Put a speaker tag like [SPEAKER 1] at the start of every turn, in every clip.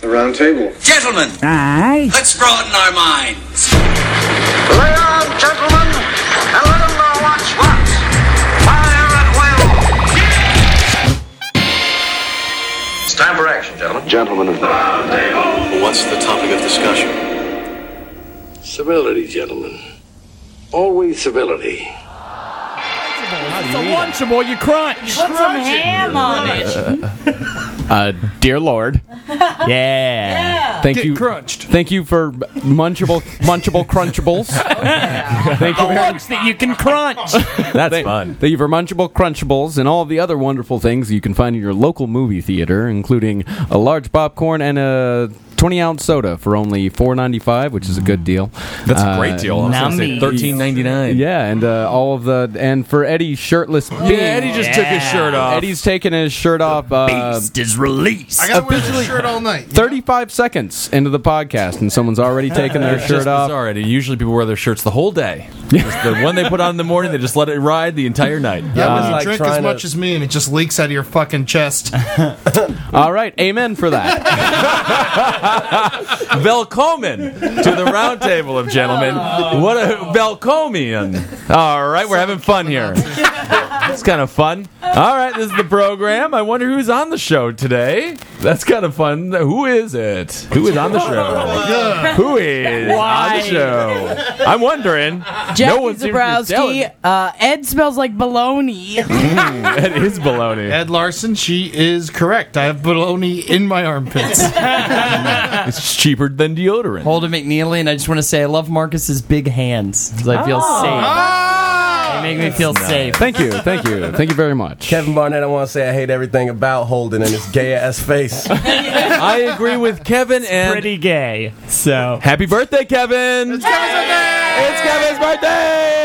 [SPEAKER 1] The round table.
[SPEAKER 2] Gentlemen,
[SPEAKER 3] Aye.
[SPEAKER 2] let's broaden our minds.
[SPEAKER 4] Lay on, gentlemen, and let 'em know what's what. Fire at will. It's time for action, gentlemen.
[SPEAKER 5] Gentlemen of the.
[SPEAKER 6] What's the topic of discussion?
[SPEAKER 5] Civility, gentlemen. Always civility.
[SPEAKER 7] So want some more, you crunch.
[SPEAKER 8] Put some ham on it.
[SPEAKER 9] Uh, dear Lord. Yeah. Thank
[SPEAKER 7] Get
[SPEAKER 9] you.
[SPEAKER 7] crunched.
[SPEAKER 9] Thank you for munchable, munchable, crunchables.
[SPEAKER 8] Oh,
[SPEAKER 9] thank you.
[SPEAKER 7] The ones that you can crunch.
[SPEAKER 9] That's fun. Thank you for munchable crunchables and all the other wonderful things you can find in your local movie theater, including a large popcorn and a twenty ounce soda for only four ninety five, which is a
[SPEAKER 8] Mm.
[SPEAKER 9] good deal.
[SPEAKER 10] That's
[SPEAKER 9] Uh,
[SPEAKER 10] a great deal. I was gonna say
[SPEAKER 7] Nummies.
[SPEAKER 10] thirteen ninety nine.
[SPEAKER 9] Yeah, and uh, all of the and for Eddie's shirtless being,
[SPEAKER 10] Eddie just took his shirt off.
[SPEAKER 9] Eddie's taking his shirt off. Uh,
[SPEAKER 7] is released.
[SPEAKER 11] I gotta wear this shirt all night. you know?
[SPEAKER 9] 35 seconds into the podcast and someone's already taken their
[SPEAKER 10] It's
[SPEAKER 9] shirt
[SPEAKER 10] just
[SPEAKER 9] off.
[SPEAKER 10] Bizarre, Eddie. Usually people wear their shirts the whole day. Just the one they put on in the morning, they just let it ride the entire night.
[SPEAKER 11] Yeah,
[SPEAKER 9] Uh,
[SPEAKER 11] when you
[SPEAKER 9] like
[SPEAKER 11] drink
[SPEAKER 9] trying
[SPEAKER 11] as
[SPEAKER 9] to-
[SPEAKER 11] much as me and it just leaks out of your fucking chest.
[SPEAKER 9] All right, amen for that.
[SPEAKER 10] Velkomen to the round table of gentlemen. What a Velkomian. All right, we're having fun here. It's kind of fun. All right, this is the program. I wonder who's on the show today. That's kind of fun. Who is it? Who is on the show?
[SPEAKER 11] Yeah.
[SPEAKER 10] Who is on the show? I'm wondering.
[SPEAKER 8] Jackie
[SPEAKER 10] one seems to be
[SPEAKER 8] Zabrowski.
[SPEAKER 10] telling.
[SPEAKER 8] Uh, Ed smells like bologna.
[SPEAKER 10] That is baloney.
[SPEAKER 11] Ed Larson, she is correct. I have baloney in my armpits.
[SPEAKER 10] It's cheaper than deodorant.
[SPEAKER 12] Holden McNeely, and I just want to say I love Marcus's big hands 'cause I feel
[SPEAKER 8] Oh.
[SPEAKER 12] safe.
[SPEAKER 8] Ah!
[SPEAKER 12] They make me feel safe.
[SPEAKER 9] Thank you, thank you, thank you very much.
[SPEAKER 5] Kevin Barnett, I want to say I hate everything about Holden and his gay ass face.
[SPEAKER 10] I agree with Kevin and
[SPEAKER 12] Pretty gay. So
[SPEAKER 10] Happy birthday, Kevin! It's Kevin's birthday! It's Kevin's birthday!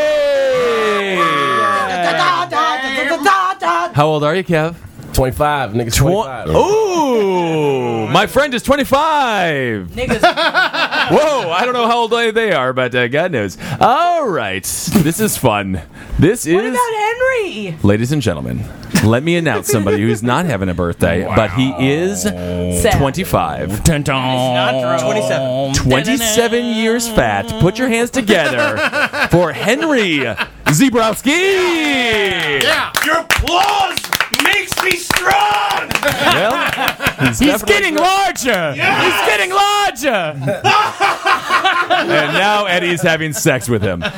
[SPEAKER 10] How old are you, Kev?
[SPEAKER 5] 25, nigga, 25.
[SPEAKER 10] Ooh, my friend is 25.
[SPEAKER 8] Niggas.
[SPEAKER 10] Whoa, I don't know how old they are, but uh, God knows. All right, this is fun. This
[SPEAKER 8] What
[SPEAKER 10] is,
[SPEAKER 8] about Henry?
[SPEAKER 10] ladies and gentlemen, let me announce somebody who's not having a birthday, but he is 25.
[SPEAKER 12] dun, dun.
[SPEAKER 5] 27.
[SPEAKER 10] 27 years fat. Put your hands together for Henry Zebrowski. Yeah.
[SPEAKER 11] Your applause makes me strong.
[SPEAKER 10] Well, he's, definitely-
[SPEAKER 12] larger. He's getting larger.
[SPEAKER 10] And now Eddie's having sex with him. All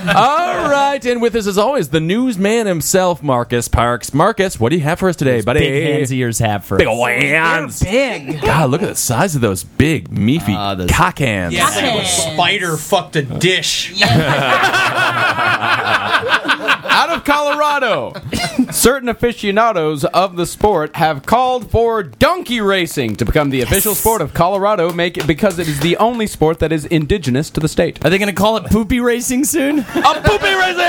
[SPEAKER 10] right. And with us, as always, the newsman himself, Marcus Parks. Marcus, what do you have for us today, buddy?
[SPEAKER 12] Big hands, ears have for.
[SPEAKER 10] Big ol' hands.
[SPEAKER 8] Big.
[SPEAKER 10] God, look at the size of those big, meaty
[SPEAKER 12] Ah, those-
[SPEAKER 10] cock hands.
[SPEAKER 8] Spider.
[SPEAKER 9] Out of Colorado, certain aficionados of the sport have called for donkey racing to become the official sport of Colorado make because it is the only sport that is indigenous to the state.
[SPEAKER 12] Are they going to call it poopy racing soon?
[SPEAKER 10] A poopy raisin!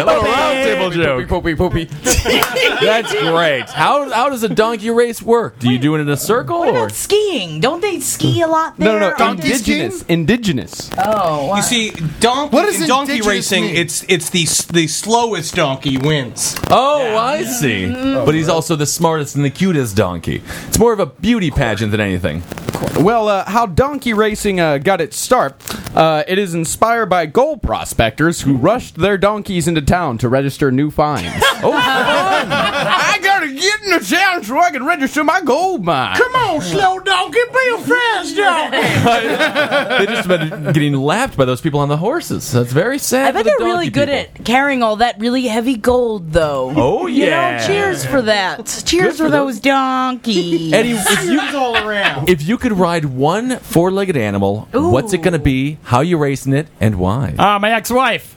[SPEAKER 10] A little round table joke.
[SPEAKER 9] Poopy, poopy, poopy.
[SPEAKER 10] That's great. How, how does a donkey race work? Do you do it in a circle? or?
[SPEAKER 8] Skiing. Don't they ski a lot
[SPEAKER 9] No,
[SPEAKER 8] there?
[SPEAKER 9] no, no.
[SPEAKER 11] Donkey
[SPEAKER 9] Indigenous. Indigenous.
[SPEAKER 8] Oh, wow.
[SPEAKER 7] You see, donkey,
[SPEAKER 11] What does
[SPEAKER 7] in donkey
[SPEAKER 11] indigenous
[SPEAKER 7] racing,
[SPEAKER 11] mean?
[SPEAKER 7] it's it's the the slowest donkey wins.
[SPEAKER 10] Oh, I see.
[SPEAKER 9] Oh,
[SPEAKER 10] But he's also the smartest and the cutest donkey. It's more of a beauty pageant than anything.
[SPEAKER 9] Well, uh, how donkey racing uh, got its start, uh, it is inspired by gold prospectors who rushed their donkeys into town to register new finds. oh, I gotta get into town so I can register my gold mine. Come on.
[SPEAKER 10] they just been getting laughed by those people on the horses. That's very sad.
[SPEAKER 8] I bet
[SPEAKER 10] for the
[SPEAKER 8] they're really
[SPEAKER 10] donkey
[SPEAKER 8] good
[SPEAKER 10] people.
[SPEAKER 8] at carrying all that really heavy gold, though.
[SPEAKER 10] Oh, yeah.
[SPEAKER 8] You know, cheers for that. Cheers
[SPEAKER 10] for
[SPEAKER 8] for those donkeys.
[SPEAKER 10] Eddie, if you,
[SPEAKER 11] all around.
[SPEAKER 10] if you could ride one four-legged animal, what's it going to be? How you racing it, and why?
[SPEAKER 12] Ah, my ex-wife.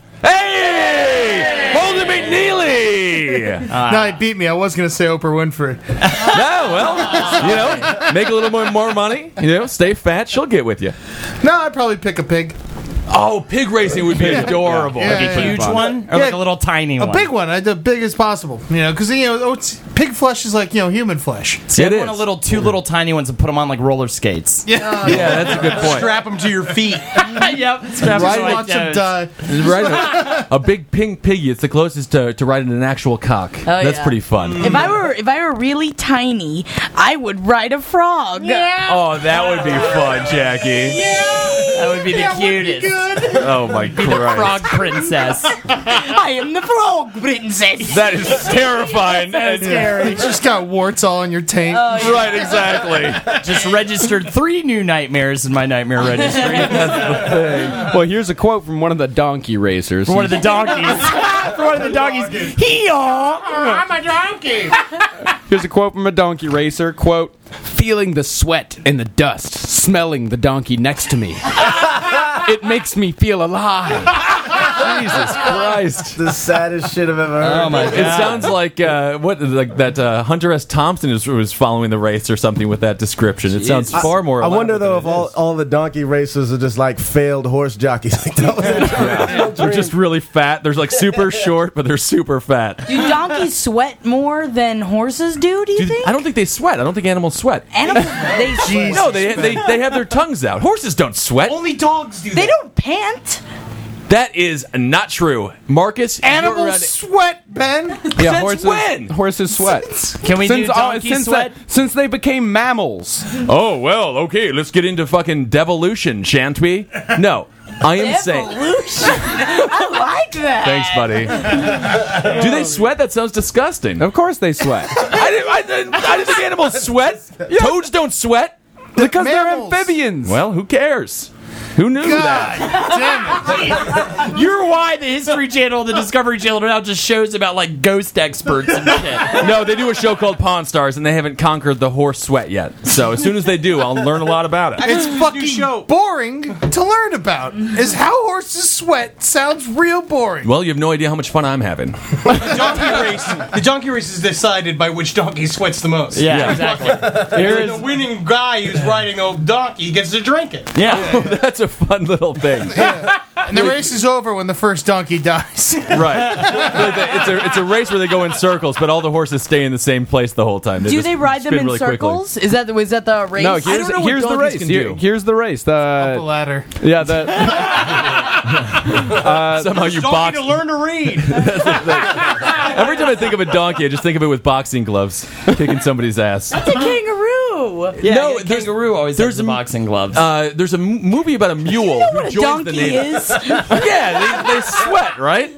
[SPEAKER 10] hey, Holden McNeely. no,
[SPEAKER 11] no, he beat me. I was gonna say Oprah Winfrey.
[SPEAKER 10] well, you know, make a little more more money. You know, stay fat. She'll get with you.
[SPEAKER 11] No, I'd probably pick a pig.
[SPEAKER 10] Oh, pig racing would be adorable.
[SPEAKER 11] Yeah.
[SPEAKER 12] a huge one or like
[SPEAKER 11] Yeah.
[SPEAKER 12] a little tiny
[SPEAKER 11] A
[SPEAKER 12] one?
[SPEAKER 11] big one, uh, the biggest possible. You know, because you know, it's, pig flesh is like you know human flesh.
[SPEAKER 12] See, I
[SPEAKER 10] It
[SPEAKER 12] want a
[SPEAKER 10] is.
[SPEAKER 12] little two little tiny ones and put them on like roller skates.
[SPEAKER 11] Yeah,
[SPEAKER 10] Yeah, that's a good point.
[SPEAKER 7] Strap him to your feet.
[SPEAKER 12] yep.
[SPEAKER 11] right. uh, Watch them
[SPEAKER 12] uh,
[SPEAKER 11] die.
[SPEAKER 10] Right, a, a big pink piggy. It's the closest to, to riding an actual cock. that's
[SPEAKER 8] yeah.
[SPEAKER 10] pretty fun.
[SPEAKER 8] If I were if I were really tiny, I would ride a frog.
[SPEAKER 10] Oh, that would be fun, Jackie.
[SPEAKER 12] That would be the cutest.
[SPEAKER 10] Oh my
[SPEAKER 12] Frog
[SPEAKER 10] Christ.
[SPEAKER 12] princess.
[SPEAKER 8] I am the frog princess.
[SPEAKER 10] That is terrifying. And-
[SPEAKER 11] You just got warts all on your taint.
[SPEAKER 10] Right, exactly.
[SPEAKER 12] Just registered three new nightmares in my nightmare registry.
[SPEAKER 9] Well, here's a quote from one of the donkey racers.
[SPEAKER 12] For one of the donkeys. For one of the donkeys. Hee-haw!
[SPEAKER 9] Here's a quote from a donkey racer. Quote, feeling the sweat and the dust, smelling the donkey next to me. it makes me feel alive.
[SPEAKER 10] Jesus Christ.
[SPEAKER 5] the saddest shit I've ever heard.
[SPEAKER 10] It sounds like uh, what like that uh, Hunter S. Thompson is, was following the race or something with that description. It sounds far more.
[SPEAKER 5] I wonder though
[SPEAKER 10] elaborate
[SPEAKER 5] if
[SPEAKER 10] than it
[SPEAKER 5] all,
[SPEAKER 10] is.
[SPEAKER 5] all the donkey racers are just like failed horse jockeys. Like that was
[SPEAKER 10] they're just really fat. They're like super short, but they're super fat.
[SPEAKER 8] Do donkeys sweat more than horses do? Do you
[SPEAKER 10] Dude,
[SPEAKER 8] think?
[SPEAKER 10] I don't think they sweat. I don't think animals sweat.
[SPEAKER 8] Animals they sweat.
[SPEAKER 10] No, they, they they have their tongues out. Horses don't sweat.
[SPEAKER 7] Only dogs do
[SPEAKER 8] They
[SPEAKER 7] that.
[SPEAKER 8] don't pant.
[SPEAKER 10] That is not true, Marcus. you're around-
[SPEAKER 11] Animals sweat, Ben.
[SPEAKER 9] Yeah,
[SPEAKER 10] Since
[SPEAKER 9] horses,
[SPEAKER 10] when?
[SPEAKER 9] Horses sweat.
[SPEAKER 12] Can we do
[SPEAKER 9] all-
[SPEAKER 12] donkey
[SPEAKER 9] since
[SPEAKER 12] sweat?
[SPEAKER 9] that- since they became mammals.
[SPEAKER 10] Oh well, okay. Let's get into fucking devolution, shan't we? No, I am saying.
[SPEAKER 8] Evolution. I like that.
[SPEAKER 10] Thanks, buddy. Do they sweat? That sounds disgusting.
[SPEAKER 9] Of course they sweat.
[SPEAKER 10] I didn't, I didn't, I didn't think animals sweat. Toads don't sweat.
[SPEAKER 9] because
[SPEAKER 11] Mammals.
[SPEAKER 9] they're amphibians.
[SPEAKER 10] Well, who cares? Who knew that?
[SPEAKER 12] You're why the History Channel and the Discovery Channel now just shows about like ghost experts and shit.
[SPEAKER 10] No, they do a show called Pawn Stars, and they haven't conquered the horse sweat yet. So as soon as they do, I'll learn a lot about it.
[SPEAKER 11] It's fucking boring to learn about. Is how horses sweat sounds real boring.
[SPEAKER 10] Well, you have no idea how much fun I'm having.
[SPEAKER 7] The donkey race. The donkey race is decided by which donkey sweats the most.
[SPEAKER 12] Yeah, exactly.
[SPEAKER 7] And the winning guy who's riding the donkey gets to drink it.
[SPEAKER 10] Yeah, that's a fun little thing.
[SPEAKER 11] And the race is over when the first donkey dies.
[SPEAKER 10] Right. Like that- it's, a, it's a race where they go in circles, but all the horses stay in the same place the whole time.
[SPEAKER 8] Do
[SPEAKER 10] just
[SPEAKER 8] they ride them
[SPEAKER 10] spin
[SPEAKER 8] in
[SPEAKER 10] really quickly.
[SPEAKER 8] circles? Is that the is that the race?
[SPEAKER 9] no,
[SPEAKER 10] I
[SPEAKER 9] here's,
[SPEAKER 10] don't know what
[SPEAKER 9] here's the
[SPEAKER 10] donkeys
[SPEAKER 9] race.
[SPEAKER 10] can
[SPEAKER 9] Here-
[SPEAKER 10] do.
[SPEAKER 9] here's the race.
[SPEAKER 11] the
[SPEAKER 9] The,
[SPEAKER 11] ladder.
[SPEAKER 9] yeah, the,
[SPEAKER 10] Somehow you
[SPEAKER 7] Donkey
[SPEAKER 10] box.
[SPEAKER 7] to learn to read.
[SPEAKER 10] Every time I think of a donkey, I just think of it with boxing gloves, kicking somebody's ass.
[SPEAKER 8] It's a kangaroo.
[SPEAKER 12] Yeah,
[SPEAKER 10] No,
[SPEAKER 12] no,
[SPEAKER 10] there's-
[SPEAKER 12] kangaroo always
[SPEAKER 10] there's
[SPEAKER 12] has the
[SPEAKER 10] a-
[SPEAKER 12] boxing gloves.
[SPEAKER 10] Uh, there's a m- movie about a mule who
[SPEAKER 8] What a
[SPEAKER 10] joins
[SPEAKER 8] donkey
[SPEAKER 10] the Navy.
[SPEAKER 8] is.
[SPEAKER 10] Yeah, they, they sweat, right?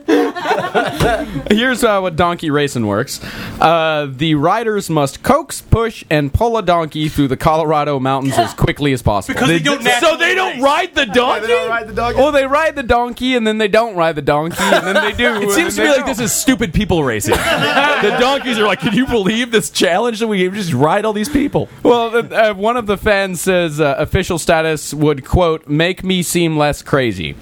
[SPEAKER 9] here's uh, what donkey racing works. Uh, the riders must coax, push, and pull a donkey through the Colorado mountains as quickly as possible.
[SPEAKER 7] Because they, don't
[SPEAKER 10] so
[SPEAKER 7] naturally
[SPEAKER 10] they don't
[SPEAKER 7] race.
[SPEAKER 10] ride the donkey.
[SPEAKER 5] they don't ride the donkey.
[SPEAKER 9] Well, they ride the donkey and then they don't ride the donkey and then they do.
[SPEAKER 10] It seems to me like this is stupid people racing. the donkeys are like, can you believe this challenge that we gave? Just ride all these people.
[SPEAKER 9] Well, uh, uh, one of the fans says uh, official status would quote make me seem less crazy.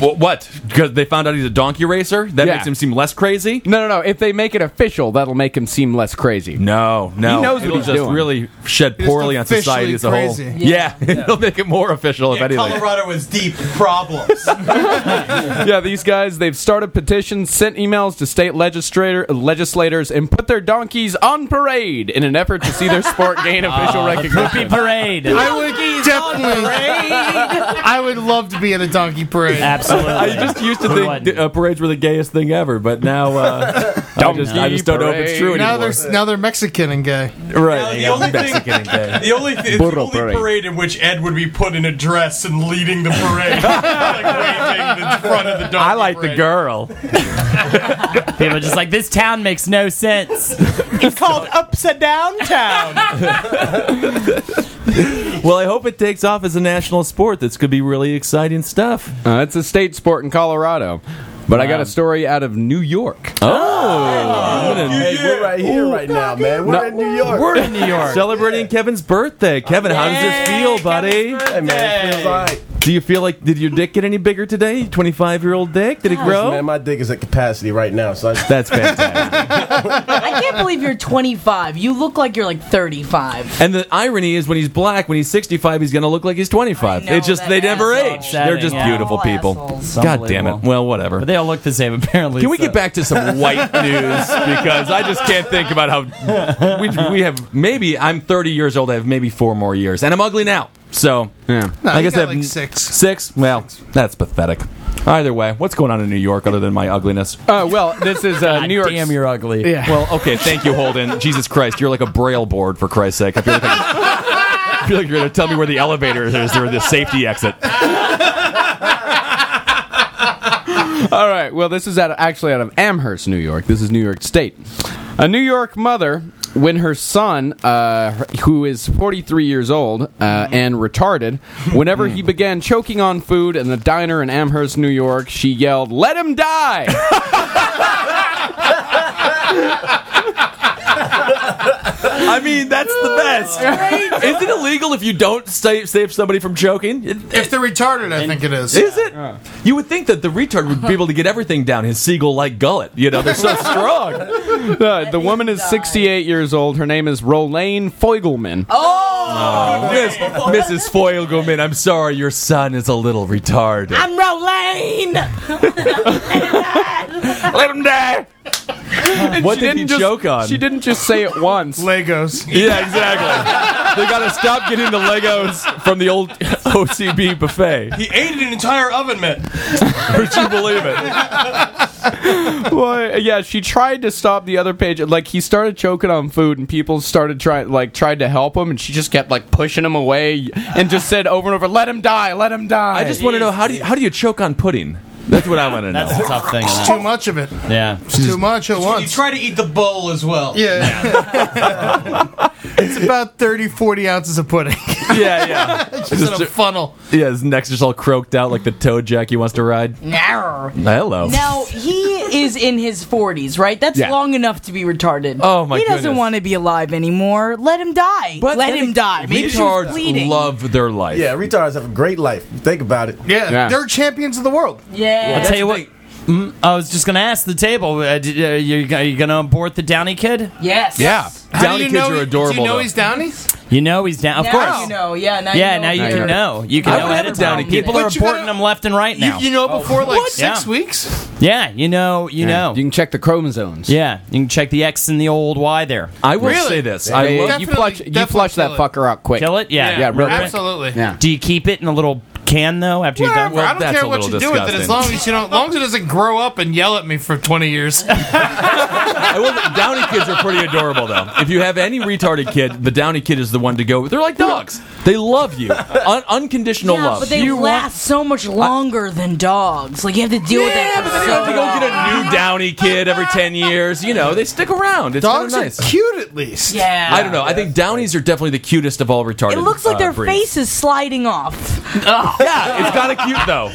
[SPEAKER 10] Wh- What? Because they found out he's a donkey racer? That
[SPEAKER 9] Yeah.
[SPEAKER 10] makes him seem less crazy?
[SPEAKER 9] No, no, no. If they make it official, that'll make him seem less crazy.
[SPEAKER 10] No, no.
[SPEAKER 9] He knows what
[SPEAKER 10] it'll
[SPEAKER 9] he's
[SPEAKER 10] just
[SPEAKER 9] doing.
[SPEAKER 10] really shed poorly on
[SPEAKER 11] officially
[SPEAKER 10] society as a whole.
[SPEAKER 11] crazy.
[SPEAKER 10] Yeah. it'll make it more official if
[SPEAKER 7] Yeah,
[SPEAKER 10] anything.
[SPEAKER 7] Colorado has deep problems.
[SPEAKER 9] yeah, these guys, they've started petitions, sent emails to state legislator, legislators, and put their donkeys on parade in an effort to see their sport gain
[SPEAKER 10] Ah,
[SPEAKER 9] official
[SPEAKER 12] Poopy
[SPEAKER 9] recognition.
[SPEAKER 12] parade.
[SPEAKER 11] I would definitely. I would love to be at a donkey parade.
[SPEAKER 12] Absolutely.
[SPEAKER 10] I just used to
[SPEAKER 12] Who
[SPEAKER 10] think
[SPEAKER 12] wouldn't?
[SPEAKER 10] uh, parades were the gayest thing ever, but now uh, I, just, I just don't know if it's true
[SPEAKER 11] Now
[SPEAKER 10] anymore.
[SPEAKER 11] they're now they're Mexican and gay.
[SPEAKER 10] Right.
[SPEAKER 7] the only thing,
[SPEAKER 10] and gay.
[SPEAKER 7] the only, it's the
[SPEAKER 9] Burro
[SPEAKER 7] only
[SPEAKER 9] parade.
[SPEAKER 7] parade. in which Ed would be put in a dress and leading the parade, like waving in front of the donkey.
[SPEAKER 10] I like the
[SPEAKER 7] parade.
[SPEAKER 10] girl.
[SPEAKER 12] People are just like this town makes no sense.
[SPEAKER 7] It's called upside down town.
[SPEAKER 10] Well, I hope it takes off as a national sport. This could be really exciting stuff. Um,
[SPEAKER 9] Uh, it's a state sport in Colorado. But I got a story out of New York.
[SPEAKER 5] Hey, we're right here right now, man. We're in New York.
[SPEAKER 10] We're in New York. Celebrating Kevin's birthday. Kevin, how does this feel, buddy?
[SPEAKER 5] hey, man, it feels all right.
[SPEAKER 10] Do you feel like did your dick get any bigger today? Twenty five year old dick? Did it grow?
[SPEAKER 5] Man, my dick is at capacity right now, so I,
[SPEAKER 10] That's fantastic.
[SPEAKER 8] I can't believe you're 25. You look like you're like 35.
[SPEAKER 10] and the irony is, when he's black, when he's sixty five, he's gonna look like he's twenty five.
[SPEAKER 8] I know,
[SPEAKER 10] It's just
[SPEAKER 8] that
[SPEAKER 10] they never
[SPEAKER 8] asshole.
[SPEAKER 10] age. They're just
[SPEAKER 12] Upsetting, yeah.
[SPEAKER 10] beautiful
[SPEAKER 8] All
[SPEAKER 10] people.
[SPEAKER 8] assholes.
[SPEAKER 10] God damn it. Well, whatever.
[SPEAKER 12] But they all look the same, apparently.
[SPEAKER 10] Can we
[SPEAKER 12] so-
[SPEAKER 9] uh,
[SPEAKER 10] get back to some white news? Because I just can't think about how we, we have. Maybe I'm 30 years old. I have maybe four more years, and I'm ugly now. So yeah, I
[SPEAKER 11] you
[SPEAKER 10] guess I have
[SPEAKER 11] got like six.
[SPEAKER 10] Six? Well, that's pathetic. Either way, what's going on in New York other than my ugliness?
[SPEAKER 9] Uh, well, this is uh, New York.
[SPEAKER 12] Damn, you're ugly.
[SPEAKER 9] Yeah.
[SPEAKER 10] Well, okay, thank you, Holden. Jesus Christ, you're like a braille board for Christ's sake. I feel like, I, I feel like you're going to tell me where the elevator is or the safety exit.
[SPEAKER 9] All right. Well, this is out of, actually out of Amherst, New York. This is New York State. A New York mother, when her son, uh, her- who is 43 years old uh, and retarded, whenever he began choking on food in the diner in Amherst, New York, she yelled, "Let him die!"
[SPEAKER 10] I mean, that's the best. Is it illegal if you don't save, save somebody from choking? It-
[SPEAKER 11] If they're retarded, I think it is.
[SPEAKER 10] Is it? You would think that the retard would be able to get everything down his seagull like gullet. You know, they're so strong.
[SPEAKER 9] Uh, the woman is 68 years old. Her name is Rolane Foigelman.
[SPEAKER 7] Oh,
[SPEAKER 10] Miss, Mrs. Foylegoman, I'm sorry, your son is a little retarded.
[SPEAKER 8] I'm Rolane.
[SPEAKER 10] Let him die! what
[SPEAKER 9] She
[SPEAKER 10] did he
[SPEAKER 9] just,
[SPEAKER 10] choke on?
[SPEAKER 9] She didn't just say it once.
[SPEAKER 11] Legos.
[SPEAKER 10] Yeah, exactly. they gotta stop getting the Legos from the old OCB buffet.
[SPEAKER 7] He ate an entire oven mitt.
[SPEAKER 10] Would you believe it?
[SPEAKER 9] Well, uh, yeah, she tried to stop the other page. Like he started choking on food, and people started trying, like tried to help him, and she just kept like pushing him away, and just said over and over, "Let him die, let him die."
[SPEAKER 10] I just want to know how do you, how do you choke on pudding? That's what I want to know.
[SPEAKER 12] That's a tough thing.
[SPEAKER 11] It's
[SPEAKER 12] huh?
[SPEAKER 11] Too much of it.
[SPEAKER 12] Yeah.
[SPEAKER 11] Too much at
[SPEAKER 7] You
[SPEAKER 11] once.
[SPEAKER 7] try to eat the bowl as well.
[SPEAKER 11] Yeah. it's about 30, 40 ounces of pudding.
[SPEAKER 10] yeah, yeah.
[SPEAKER 11] It's in a funnel.
[SPEAKER 10] Yeah, his neck's just all croaked out like the toad jack he wants to ride.
[SPEAKER 8] Narrow.
[SPEAKER 10] Hello.
[SPEAKER 8] Now he is in his 40s, right? That's
[SPEAKER 10] Yeah.
[SPEAKER 8] long enough to be retarded.
[SPEAKER 10] Oh, my
[SPEAKER 8] He doesn't
[SPEAKER 10] goodness.
[SPEAKER 8] want to be alive anymore. Let him die. Let him die. Maybe she was
[SPEAKER 10] Retards
[SPEAKER 8] bleeding.
[SPEAKER 10] love their life.
[SPEAKER 5] yeah, retards have a great life. Think about it.
[SPEAKER 11] Yeah.
[SPEAKER 9] Yeah.
[SPEAKER 11] They're champions of the world.
[SPEAKER 8] Yeah.
[SPEAKER 12] I'll tell you what. Mm, I was just going to ask the table. Uh, d- uh, you, are you going to abort the Downey kid?
[SPEAKER 8] Yes.
[SPEAKER 10] Yeah.
[SPEAKER 11] How do
[SPEAKER 10] Downy
[SPEAKER 11] you
[SPEAKER 10] kids
[SPEAKER 11] know-
[SPEAKER 10] are adorable.
[SPEAKER 11] Do you know
[SPEAKER 10] though.
[SPEAKER 11] he's Downey?
[SPEAKER 12] You know he's down. Of
[SPEAKER 8] Now
[SPEAKER 12] course.
[SPEAKER 8] you know. Yeah. Now
[SPEAKER 12] Yeah,
[SPEAKER 8] you know.
[SPEAKER 12] now you
[SPEAKER 8] what
[SPEAKER 12] can
[SPEAKER 8] you're-
[SPEAKER 12] know. You
[SPEAKER 8] I
[SPEAKER 12] can know
[SPEAKER 8] would
[SPEAKER 12] ahead
[SPEAKER 8] have
[SPEAKER 12] of
[SPEAKER 8] a problem
[SPEAKER 12] time.
[SPEAKER 8] with it.
[SPEAKER 12] People are
[SPEAKER 11] But you gotta-
[SPEAKER 12] aborting them left and right
[SPEAKER 11] You,
[SPEAKER 12] now.
[SPEAKER 11] you know before like six
[SPEAKER 12] Yeah.
[SPEAKER 11] weeks?
[SPEAKER 12] yeah, you know, you know.
[SPEAKER 9] You can check the chromosomes.
[SPEAKER 12] yeah, you can check the X and the old Y there.
[SPEAKER 10] I will
[SPEAKER 11] Really?
[SPEAKER 10] say this.
[SPEAKER 9] I
[SPEAKER 10] I
[SPEAKER 9] will-
[SPEAKER 10] love
[SPEAKER 9] you
[SPEAKER 11] Definitely-
[SPEAKER 9] flush, you
[SPEAKER 11] definitely
[SPEAKER 9] flush that
[SPEAKER 11] kill it.
[SPEAKER 9] fucker up quick.
[SPEAKER 12] Kill it? Yeah.
[SPEAKER 9] Yeah, real quick.
[SPEAKER 11] Absolutely.
[SPEAKER 9] Yeah.
[SPEAKER 12] Do you keep it in a little can though after you're done?
[SPEAKER 11] Whatever. I don't
[SPEAKER 10] that's
[SPEAKER 11] care
[SPEAKER 10] a
[SPEAKER 11] what
[SPEAKER 10] little
[SPEAKER 11] you do with it as
[SPEAKER 10] disgusting.
[SPEAKER 11] long as you don't, as long as it doesn't grow up and yell at me for twenty years.
[SPEAKER 10] I will, Downy kids are pretty adorable, though. If you have any retarded kid, the Downy kid is the one to go. They're like dogs. They love you. Un- unconditional
[SPEAKER 8] Yeah,
[SPEAKER 10] love.
[SPEAKER 8] but they
[SPEAKER 10] you
[SPEAKER 8] last so much longer than dogs. Like you have to deal with that.
[SPEAKER 10] yeah, but
[SPEAKER 8] for
[SPEAKER 10] then you
[SPEAKER 8] so
[SPEAKER 10] have to go
[SPEAKER 8] long.
[SPEAKER 10] get a new Downy kid every 10 years. You know, they stick around. It's
[SPEAKER 9] Oh,
[SPEAKER 11] Dogs
[SPEAKER 10] kinda nice.
[SPEAKER 11] are cute at least.
[SPEAKER 8] Yeah.
[SPEAKER 10] I don't know. I think Downies are definitely the cutest of all retarded.
[SPEAKER 8] It looks like
[SPEAKER 10] uh,
[SPEAKER 8] their
[SPEAKER 10] breeds.
[SPEAKER 8] face is sliding off.
[SPEAKER 10] Yeah, it's kind of cute though.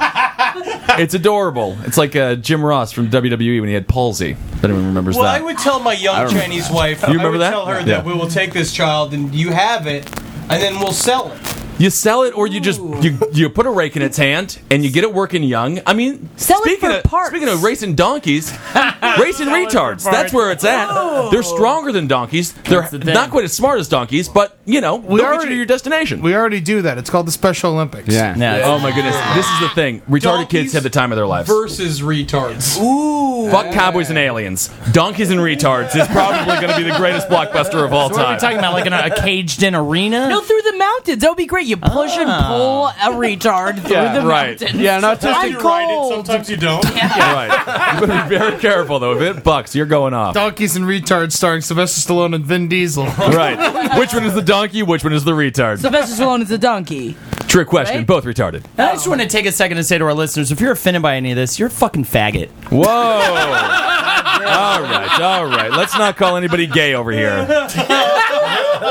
[SPEAKER 10] it's adorable. It's like uh, Jim Ross from WWE when he had palsy. If anyone remembers
[SPEAKER 7] Well, I
[SPEAKER 10] that.
[SPEAKER 7] would tell my young Chinese wife.
[SPEAKER 10] You remember
[SPEAKER 7] I would
[SPEAKER 10] that?
[SPEAKER 7] Tell her
[SPEAKER 10] Yeah.
[SPEAKER 7] that we will take this child and you have it, and then we'll sell it.
[SPEAKER 10] you sell it, or you just you you put a rake in its hand and you get it working young. I mean,
[SPEAKER 8] Sell it
[SPEAKER 10] speaking
[SPEAKER 8] for
[SPEAKER 10] of
[SPEAKER 8] parts.
[SPEAKER 10] speaking of racing donkeys, racing retards. That's where it's at.
[SPEAKER 8] Oh.
[SPEAKER 10] They're stronger than donkeys. They're
[SPEAKER 12] the thing.
[SPEAKER 10] not quite as smart as donkeys, but you know, they'll get you
[SPEAKER 11] already-
[SPEAKER 10] to your destination.
[SPEAKER 11] We already do that. It's called the Special Olympics.
[SPEAKER 9] Yeah.
[SPEAKER 12] No,
[SPEAKER 10] Oh my goodness! This is the thing. Retarded kids
[SPEAKER 7] Donkeys
[SPEAKER 10] have the time of their lives.
[SPEAKER 7] Versus retards.
[SPEAKER 10] Fuck cowboys and aliens. Donkeys and retards is probably going to be the greatest blockbuster of all
[SPEAKER 12] What are we
[SPEAKER 10] time.
[SPEAKER 12] talking about? Like in a, a caged-in arena?
[SPEAKER 8] No, through the mountains. That would be great. You push and pull a retard through
[SPEAKER 9] Yeah,
[SPEAKER 8] the
[SPEAKER 10] right.
[SPEAKER 8] mountains.
[SPEAKER 9] Yeah, not just
[SPEAKER 8] I'm cold.
[SPEAKER 7] Sometimes you don't.
[SPEAKER 10] Yeah, right. You better be very careful though. If it bucks, you're going off.
[SPEAKER 11] Donkeys and Retards starring Sylvester Stallone and Vin Diesel.
[SPEAKER 10] Right. Which one is the donkey? Which one is the retard?
[SPEAKER 8] Sylvester Stallone is a donkey.
[SPEAKER 10] Trick question.
[SPEAKER 8] Right?
[SPEAKER 10] Both retarded.
[SPEAKER 12] I just want to take a second to say to our listeners, if you're offended by any of this, you're a fucking faggot.
[SPEAKER 10] Whoa. all right. All right. Let's not call anybody gay over here.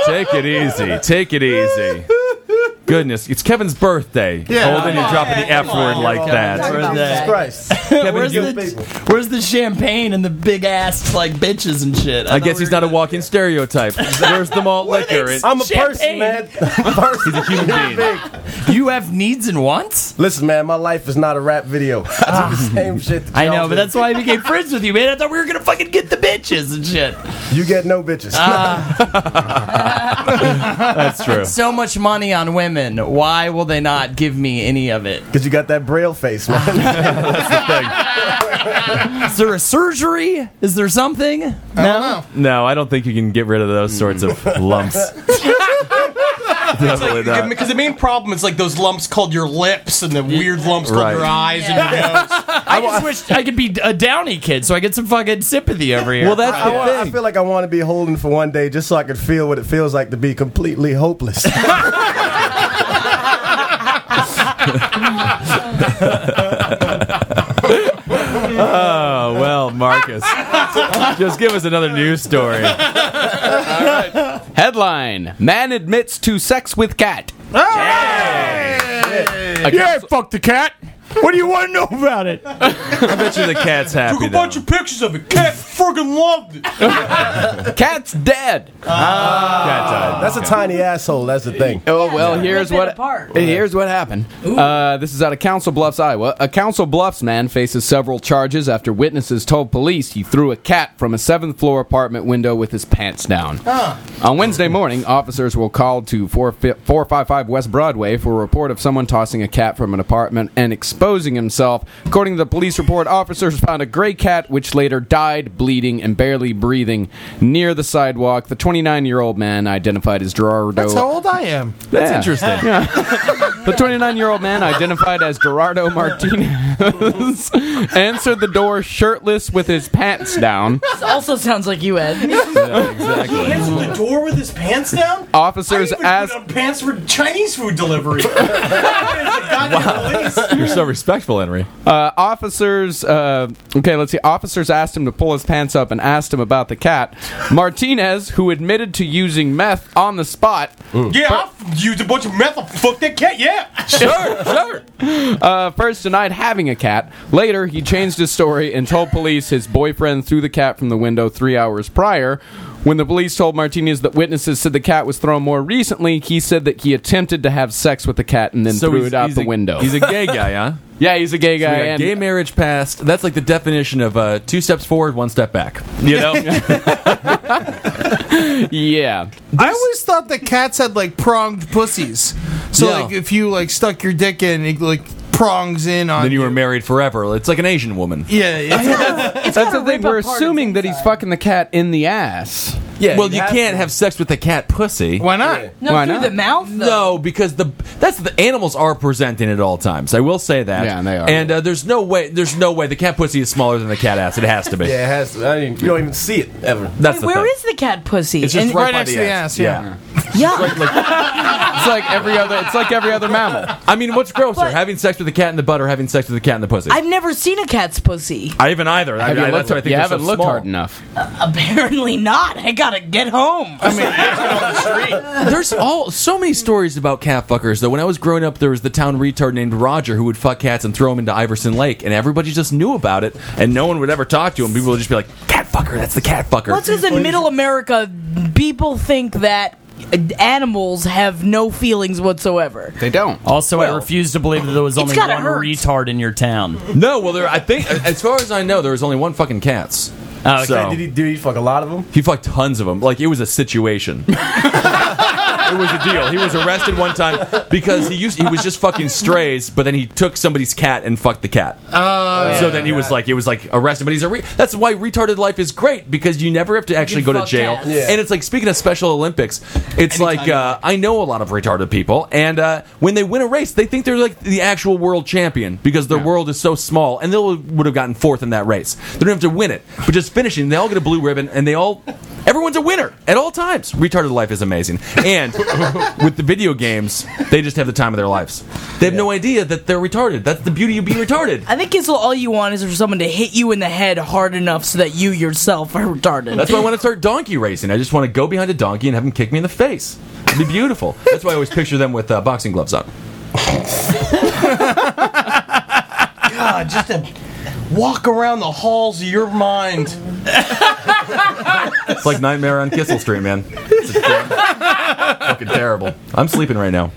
[SPEAKER 10] Take it easy. Take it easy. Goodness, it's Kevin's birthday.
[SPEAKER 11] Yeah.
[SPEAKER 10] Holden, you're dropping the F word like that.
[SPEAKER 5] Jesus Christ.
[SPEAKER 12] where's, the, where's the champagne and the big ass like bitches and shit?
[SPEAKER 10] I guess he's not a walking stereotype. Where's the malt liquor? It-
[SPEAKER 5] I'm a person,
[SPEAKER 12] Champagne.
[SPEAKER 5] man.
[SPEAKER 10] he's a human being.
[SPEAKER 12] a. You have needs and wants.
[SPEAKER 5] Listen, man, my life is not a rap video. I do the same shit. That
[SPEAKER 12] I
[SPEAKER 5] y'all
[SPEAKER 12] know, but
[SPEAKER 5] do.
[SPEAKER 12] that's why I became friends with you, man. I thought we were gonna fucking get the bitches and shit.
[SPEAKER 5] you get no bitches.
[SPEAKER 10] That's true.
[SPEAKER 12] So much money on women. Why will they not give me any of it?
[SPEAKER 5] Because you got that braille face, man.
[SPEAKER 12] Is there a surgery? Is there something? No.
[SPEAKER 10] No, I don't think you can get rid of those sorts of lumps. Definitely not.
[SPEAKER 7] Because the main problem is like those lumps called your lips and the weird lumps
[SPEAKER 10] Right.
[SPEAKER 7] called your eyes and your nose.
[SPEAKER 12] I just wish I could be a downy kid so I get some fucking sympathy over here.
[SPEAKER 10] Well, that's
[SPEAKER 5] I, wa-
[SPEAKER 10] the
[SPEAKER 5] I
[SPEAKER 10] thing.
[SPEAKER 5] feel like I want to be holding for one day just so I could feel what it feels like to be completely hopeless.
[SPEAKER 10] Oh well, Marcus. Just give us another news story.
[SPEAKER 9] Headline: Man admits to sex with cat. Yeah.
[SPEAKER 11] Yeah, fuck the cat. What do you want to know about it?
[SPEAKER 10] I bet you the cat's happy.
[SPEAKER 7] Took a
[SPEAKER 10] though.
[SPEAKER 7] bunch of pictures of it. Cat friggin' loved it.
[SPEAKER 9] Cat's dead.
[SPEAKER 5] That's a tiny asshole. That's the thing.
[SPEAKER 9] Oh well, here's
[SPEAKER 8] Rip it
[SPEAKER 9] what
[SPEAKER 8] apart.
[SPEAKER 9] here's what happened. Uh, this is out of Council Bluffs, Iowa. A Council Bluffs man faces several charges after witnesses told police he threw a cat from a seventh floor apartment window with his pants down. On Wednesday morning, officers were called to 4 fi- 455 West Broadway for a report of someone tossing a cat from an apartment and exposing himself. According to the police report, officers found a gray cat which later died bleeding and barely breathing near the sidewalk. The 29 year old man identified as Gerardo.
[SPEAKER 11] That's how old I am.
[SPEAKER 9] That's interesting. the 29 year old man, identified as Gerardo Martinez, answered the door shirtless with his pants down.
[SPEAKER 8] This also sounds like you, Ed.
[SPEAKER 7] Answered the door with his pants down.
[SPEAKER 9] Officers
[SPEAKER 7] I even
[SPEAKER 9] asked.
[SPEAKER 7] put on pants for Chinese food delivery. Goddamn police.
[SPEAKER 9] Ah.
[SPEAKER 10] You're so respectful, Henry.
[SPEAKER 9] Uh, officers, uh, okay, let's see. Officers asked him to pull his pants up and asked him about the cat. Martinez, who admitted to using meth on the spot,
[SPEAKER 10] Mm.
[SPEAKER 7] Yeah, I f- used a bunch of meth. I Fuck that cat. Yeah.
[SPEAKER 9] sure, sure. Uh, first denied having a cat. Later, he changed his story and told police his boyfriend threw the cat from the window three hours prior. When the police told Martinez that witnesses said the cat was thrown more recently, he said that he attempted to have sex with the cat and then threw it out the
[SPEAKER 10] a,
[SPEAKER 9] window.
[SPEAKER 10] He's a gay guy, huh?
[SPEAKER 9] yeah, he's a gay guy.
[SPEAKER 10] We got
[SPEAKER 9] and-
[SPEAKER 10] gay marriage passed. That's like the definition of uh, two steps forward, one step back. You know,
[SPEAKER 9] yeah.
[SPEAKER 11] I always thought that cats had like pronged pussies. So
[SPEAKER 10] Yeah.
[SPEAKER 11] like if you like stuck your dick in, it like prongs in on.
[SPEAKER 10] then you were married forever. It's like an Asian woman.
[SPEAKER 11] yeah, yeah.
[SPEAKER 9] That's the thing.
[SPEAKER 8] rip
[SPEAKER 9] We're
[SPEAKER 8] apart
[SPEAKER 9] assuming that he's fucking the cat in the ass.
[SPEAKER 10] Yeah. Well, you
[SPEAKER 5] have
[SPEAKER 10] can't have sex with the cat pussy.
[SPEAKER 11] Why not?
[SPEAKER 8] No,
[SPEAKER 9] Why
[SPEAKER 8] through
[SPEAKER 9] not?
[SPEAKER 8] the mouth. Though.
[SPEAKER 10] No, because the that's the animals are presenting at all times. I will say that.
[SPEAKER 9] Yeah, they are.
[SPEAKER 10] And uh, there's no way. There's no way the cat pussy is smaller than the cat ass. It has to be.
[SPEAKER 5] Yeah, it has. To, I didn't, you don't even see it ever.
[SPEAKER 10] That's the
[SPEAKER 8] Wait, where
[SPEAKER 10] thing.
[SPEAKER 8] is the cat pussy?
[SPEAKER 10] It's just
[SPEAKER 8] And-
[SPEAKER 10] right,
[SPEAKER 11] Right
[SPEAKER 10] by
[SPEAKER 11] next
[SPEAKER 10] the
[SPEAKER 11] to the
[SPEAKER 10] ass.
[SPEAKER 11] ass, yeah.
[SPEAKER 8] yeah.
[SPEAKER 9] It's like every other. It's like every other mammal.
[SPEAKER 10] I mean, what's grosser,
[SPEAKER 8] But-
[SPEAKER 10] having sex with the cat in the butt or having sex with the cat in the pussy?
[SPEAKER 8] I've never seen a cat's pussy.
[SPEAKER 10] I haven't either. I,
[SPEAKER 9] Have
[SPEAKER 10] I,
[SPEAKER 9] you
[SPEAKER 10] that's
[SPEAKER 9] looked,
[SPEAKER 10] what I think.
[SPEAKER 9] you
[SPEAKER 10] they're
[SPEAKER 9] haven't
[SPEAKER 10] so
[SPEAKER 9] looked
[SPEAKER 10] small.
[SPEAKER 9] hard enough.
[SPEAKER 8] Apparently not. I gotta get home.
[SPEAKER 10] There's all so many stories about cat fuckers. Though when I was growing up, there was the town retard named Roger who would fuck cats and throw them into Iverson Lake, and everybody just knew about it, and no one would ever talk to him. People would just be like, "Cat fucker, that's the cat fucker."
[SPEAKER 8] Well, it's because in Middle America, people think that animals have no feelings whatsoever.
[SPEAKER 9] They don't.
[SPEAKER 12] Also,
[SPEAKER 10] Well-
[SPEAKER 12] I refuse to believe that there was only one
[SPEAKER 8] gotta hurt.
[SPEAKER 12] retard in your town.
[SPEAKER 10] No, well, there. I think, as far as I know, there was only one fucking cats.
[SPEAKER 12] Oh, okay.
[SPEAKER 10] So
[SPEAKER 5] Did he, did he fuck a lot of them?
[SPEAKER 10] he fucked tons of them. Like it was a situation. it was a deal. He was arrested one time because he used he was just fucking strays, but then he took somebody's cat and fucked the cat.
[SPEAKER 8] Oh,
[SPEAKER 10] so then he was like, it was like arrested. But he's a re- that's why retarded life is great because you never have to actually go
[SPEAKER 8] can
[SPEAKER 10] to
[SPEAKER 8] fuck
[SPEAKER 10] jail.
[SPEAKER 8] cats. Yeah.
[SPEAKER 10] And it's like speaking of Special Olympics, it's like uh, I know a lot of retarded people, and uh, when they win a race, they think they're like the actual world champion because their world is so small, and they would have gotten fourth in that race. They don't have to win it, but just finishing, they all get a blue ribbon, and they all. Everyone's a winner at all times. Retarded life is amazing. And with the video games, they just have the time of their lives. They have no idea that they're retarded. That's the beauty of being retarded.
[SPEAKER 8] I think it's all you want is for someone to hit you in the head hard enough so that you yourself are retarded.
[SPEAKER 10] That's why I want to start donkey racing. I just want to go behind a donkey and have him kick me in the face. It'd be beautiful. That's why I always picture them with uh, boxing gloves on.
[SPEAKER 7] God, just a walk around the halls of your mind.
[SPEAKER 10] It's like Nightmare on Kissel Street, man. It's a damn- fucking terrible. I'm sleeping right now.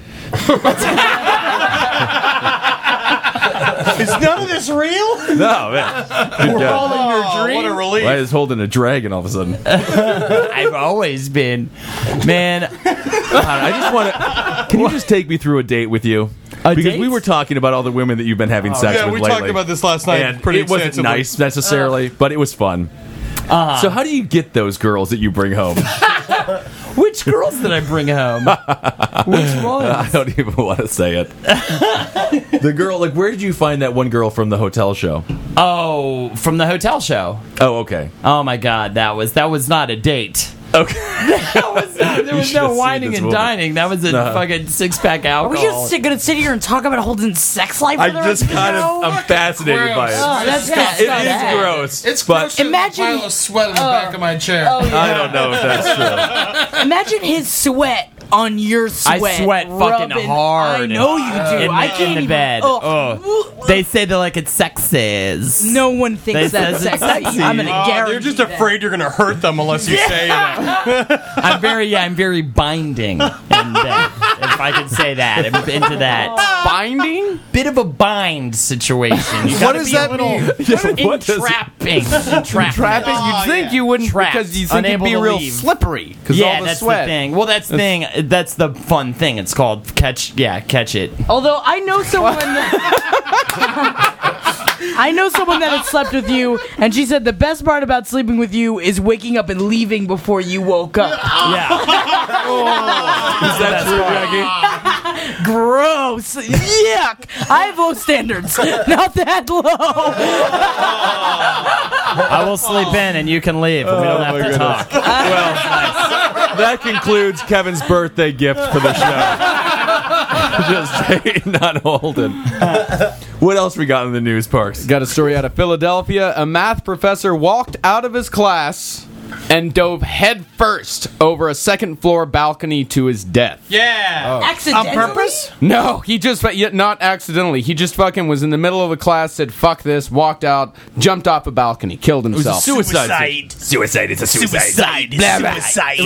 [SPEAKER 7] Is none of this real?
[SPEAKER 10] No, man. Good God.
[SPEAKER 7] Oh, what a relief.
[SPEAKER 10] Why is holding a dragon all of a sudden?
[SPEAKER 12] I've always been, man.
[SPEAKER 10] I just want to. Can you just take me through a date with you? because
[SPEAKER 12] date?
[SPEAKER 10] we were talking about all the women that you've been having sex
[SPEAKER 7] Oh, yeah,
[SPEAKER 10] with
[SPEAKER 7] we
[SPEAKER 10] lately.
[SPEAKER 7] talked about this last night.
[SPEAKER 10] and
[SPEAKER 7] pretty
[SPEAKER 10] it wasn't
[SPEAKER 7] extensively.
[SPEAKER 10] nice necessarily, but it was fun.
[SPEAKER 12] Uh-huh.
[SPEAKER 10] So how do you get those girls that you bring home?
[SPEAKER 12] Which girls did I bring home? Which one?
[SPEAKER 10] I don't even want to say it. the girl, like, where did you find that one girl from the hotel show?
[SPEAKER 12] Oh, from the hotel show.
[SPEAKER 10] Oh, okay,
[SPEAKER 12] Oh my god, that was that was not a date.
[SPEAKER 10] okay.
[SPEAKER 12] That was not, there
[SPEAKER 10] You
[SPEAKER 12] was
[SPEAKER 10] should have
[SPEAKER 12] no
[SPEAKER 10] seen
[SPEAKER 12] whining
[SPEAKER 10] this
[SPEAKER 12] and
[SPEAKER 10] woman.
[SPEAKER 12] dining. That was a fucking six pack
[SPEAKER 8] Are
[SPEAKER 12] alcohol.
[SPEAKER 8] we just sit- gonna sit here and talk about Holden's sex life? For
[SPEAKER 10] I
[SPEAKER 8] the
[SPEAKER 10] just
[SPEAKER 8] rest
[SPEAKER 10] kind of,
[SPEAKER 8] the show?
[SPEAKER 10] I'm fascinated by it.
[SPEAKER 8] Oh, that's that's
[SPEAKER 10] It is
[SPEAKER 8] not bad.
[SPEAKER 10] gross.
[SPEAKER 11] It's
[SPEAKER 10] but
[SPEAKER 11] gross. Imagine
[SPEAKER 8] Imagine-
[SPEAKER 11] a pile of sweat in the back of my chair.
[SPEAKER 10] I don't know if that's true.
[SPEAKER 8] Oh, Imagine his sweat on your
[SPEAKER 12] I
[SPEAKER 8] sweat.
[SPEAKER 12] sweat fucking
[SPEAKER 8] rubbing-
[SPEAKER 12] hard.
[SPEAKER 8] I know you do.
[SPEAKER 12] In,
[SPEAKER 8] I
[SPEAKER 12] the-
[SPEAKER 8] can't
[SPEAKER 12] in the
[SPEAKER 8] even,
[SPEAKER 12] bed.
[SPEAKER 8] Oh. Ugh.
[SPEAKER 12] Ugh. They say they're like it's sexes.
[SPEAKER 8] No one thinks
[SPEAKER 12] They
[SPEAKER 8] that's
[SPEAKER 12] says it's
[SPEAKER 8] sexy.
[SPEAKER 12] sexy.
[SPEAKER 8] I'm gonna
[SPEAKER 12] Oh,
[SPEAKER 7] Oh,
[SPEAKER 8] guarantee.
[SPEAKER 7] they're just
[SPEAKER 8] that.
[SPEAKER 7] afraid you're going to hurt them unless you say that.
[SPEAKER 12] I'm very, yeah, I'm very binding. And, uh, if I can say that, I'm into that
[SPEAKER 9] Binding?
[SPEAKER 12] bit of a bind situation. You
[SPEAKER 11] what
[SPEAKER 12] gotta
[SPEAKER 11] does
[SPEAKER 12] be a
[SPEAKER 11] that
[SPEAKER 12] little
[SPEAKER 11] mean?
[SPEAKER 10] What does-
[SPEAKER 12] Entrapping, entrapping.
[SPEAKER 9] Trapping? You'd think you wouldn't
[SPEAKER 12] Trapped.
[SPEAKER 9] because you think
[SPEAKER 12] Unable
[SPEAKER 9] it'd
[SPEAKER 12] to
[SPEAKER 9] be real
[SPEAKER 12] leave.
[SPEAKER 9] slippery because
[SPEAKER 12] Yeah,
[SPEAKER 9] all the
[SPEAKER 12] that's
[SPEAKER 9] sweat.
[SPEAKER 12] the thing. Well, that's the thing. That's the fun thing. It's called catch. Yeah, catch it.
[SPEAKER 8] Although I know someone that I know someone that had slept with you, and she said the best part about sleeping with you is waking up and leaving before you woke up.
[SPEAKER 12] Yeah,
[SPEAKER 10] Is that true, Jackie?
[SPEAKER 8] Gross. Yuck. I have low standards. Not that low.
[SPEAKER 12] I will sleep in and you can leave. and we don't have to talk.
[SPEAKER 10] That concludes Kevin's birthday gift for the show. Just Jane, not Holden. What else we got in the news, Parks?
[SPEAKER 9] Got a story out of Philadelphia. A math professor walked out of his class and dove headfirst over a second floor balcony to his death.
[SPEAKER 7] Yeah.
[SPEAKER 8] Accidentally.
[SPEAKER 9] No, he just fu- yeah, not accidentally. He just fucking was in the middle of a class, said "fuck this," walked out, jumped off a balcony, killed himself.
[SPEAKER 10] Suicide. Suicide. It's a suicide. Suicide. Suicide.